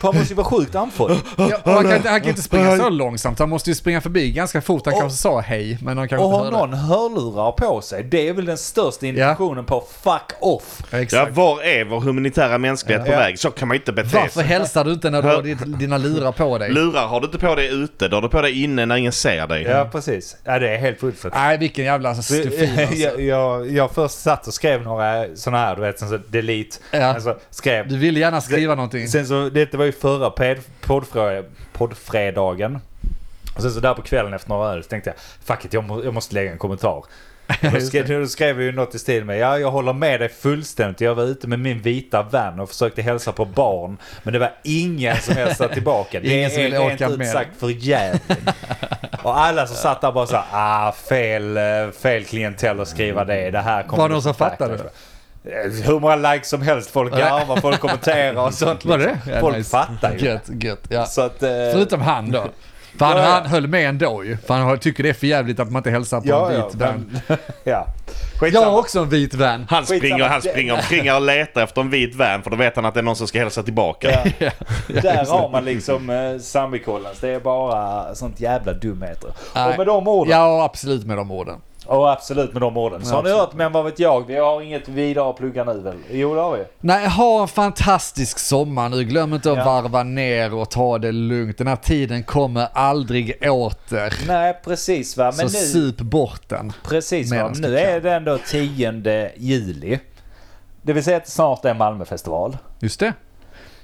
S1: För han måste ju vara sjukt andfådd.
S4: Ja, och han, kan, inte- han kan inte springa så långsamt, han måste ju springa förbi ganska fort. Han kanske sa hej, men han kanske
S1: Och
S4: inte
S1: har
S4: hörde.
S1: någon hörlurar på sig, det är väl den största indikationen på fuck off.
S4: Ja,
S3: Ja,
S4: exakt.
S3: var är vår humanitära mänsklighet på
S1: Ja.
S3: väg? Så kan man ju inte bete
S4: Varför
S3: sig.
S4: hälsar du inte när du har ditt- dina lurar på dig?
S3: Lurar har du inte på dig ute, då har du på dig inne när ingen ser dig.
S1: Ja, precis. Ja, det är helt fullt.
S4: Nej, vilken jävla stufin alltså.
S1: Jag, jag, jag först satt och skrev några sådana här, du vet, som så delete.
S4: Ja.
S1: Alltså, skrev
S4: Du ville gärna skriva
S1: Det-
S4: någonting.
S1: Sen så, detta var ju förra ped- poddfrö- poddfredagen. Och sen så där på kvällen efter några öl så tänkte jag, fuck it, jag, må, jag måste lägga en kommentar. Och Då skrev, då skrev jag ju något i stil med, ja jag håller med dig fullständigt. Jag var ute med min vita van och försökte hälsa på barn. Men det var ingen som hälsade tillbaka. Det
S4: Ingen som
S1: är
S4: ville
S1: rent
S4: orka
S1: ut
S4: med.
S1: sagt för jävligt. Och alla som satt där bara så här, ah fel, eh, fel klientell att skriva det. Det här kommer
S4: Var det någon som
S1: inte att
S4: fattade?
S1: räknas." Eh, Hur många likes som helst, folk garvar, folk kommenterar och sånt.
S4: Var det?
S1: liksom.
S4: Ja,
S1: folk
S4: nice.
S1: fattar ju.
S4: Gött, gött. Ja.
S1: Så att, eh,
S4: Förutom han då. För han,
S1: Ja, ja.
S4: han höll med ändå ju. För han tycker det är för jävligt att man inte hälsar på
S1: ja,
S4: en
S1: ja,
S4: vit van.
S1: men, ja.
S4: Jag
S1: Skitsamma.
S4: har också en vit van.
S3: Han
S1: Skitsamma.
S3: springer, han springer omkring och letar efter en vit van för då vet han att det är någon som ska hälsa tillbaka.
S1: Ja. Där har man liksom eh, Sambikollens. Det är bara sånt jävla dumheter.
S4: Nej.
S1: Och med de orden.
S4: Ja, absolut med de orden.
S1: Och absolut med de orden. Så har ni hört, men vad vet jag? Vi har inget vidare att plugga nu väl? Jo, det har vi.
S4: Nej, ha en fantastisk sommar nu. Glöm inte att
S1: Ja.
S4: varva ner och ta det lugnt. Den här tiden kommer aldrig åter.
S1: Nej, precis va. Men
S4: så
S1: nu...
S4: sup bort den.
S1: Precis, va?
S4: Medan
S1: nu
S4: det
S1: är det ändå 10 juli. Det vill säga att det snart är Malmöfestival.
S4: Just det.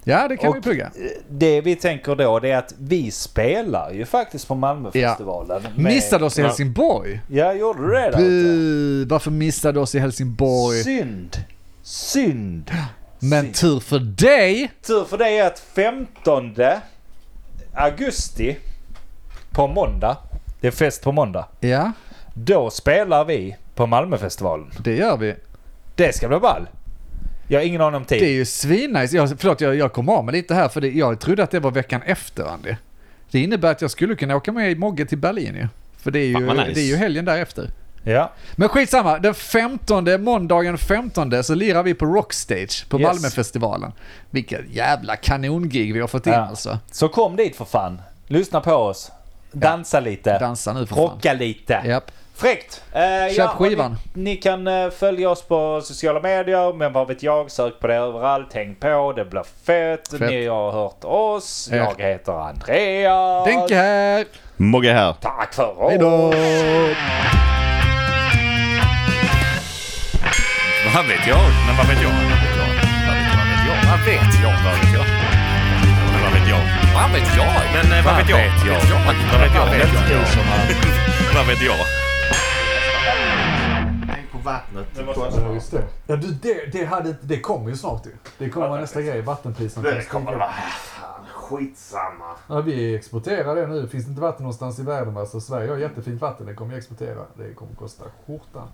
S4: Ja, det kan
S1: Och-
S4: vi plugga.
S1: Det vi tänker då det är att vi spelar ju faktiskt på Malmöfestivalen. med-
S4: Missade oss i Helsingborg.
S1: Ja, gjorde du det där ute?
S4: Bu, varför missade du oss i Helsingborg?
S1: Synd. Synd.
S4: Men
S1: synd.
S4: tur för dig.
S1: Tur för dig är att 15 augusti på måndag, det är fest på måndag,
S4: Ja,
S1: då spelar vi på Malmöfestivalen.
S4: det gör vi.
S1: Det ska bli ball. Jag har ingen aning om tid.
S4: Det är ju svinnice. Jag, förlåt, jag, jag kom av mig lite här för det, jag trodde att det var veckan efter, Andy. Det innebär att jag skulle kunna åka med Mogge till Berlin ju. För det är ju,
S5: Fan, vad nice.
S4: det är ju helgen därefter.
S1: Ja.
S4: Men skitsamma, den 15, måndagen 15 så lirar vi på Rockstage på
S1: Yes.
S4: Malmöfestivalen. Vilket jävla kanongig vi har fått in
S1: Ja.
S4: alltså.
S1: Så kom dit för fan. Lyssna på oss. Dansa lite.
S4: Dansa nu för fan.
S1: Rocka lite.
S4: Japp.
S1: Fräckt! Eh,
S4: Köp
S1: ja, och
S4: skivan.
S1: Ni, ni kan eh, följa oss på sociala medier, men vad vet jag, sök på det överallt, tänk på, det blir fett.
S4: Fett.
S1: Ni har hört oss,
S4: Ja.
S1: jag heter Andreas.
S4: Denke här!
S3: Mogge här.
S1: Tack för oss!
S4: Hejdå!
S5: Vad vet jag? Men vad vet jag? Vad vet jag? Vad vet jag? Vad vet jag? Men vad vet jag? Vad vet jag? Men vad vet jag? Vad vet jag? Vad vet jag? Vad vet jag?
S6: Tänk på vattnet.
S4: Ja, du, det, det, hade, det kommer ju snart ju. Det kommer nästa grej, vattenpriserna.
S6: Det kommer vara... Fan, Skitsamma.
S4: Ja, vi exporterar alltså, det nu. Finns det inte vatten någonstans i världen? va? Så Sverige har jättefint vatten. Det kommer vi exportera. Det kommer kosta skjortan.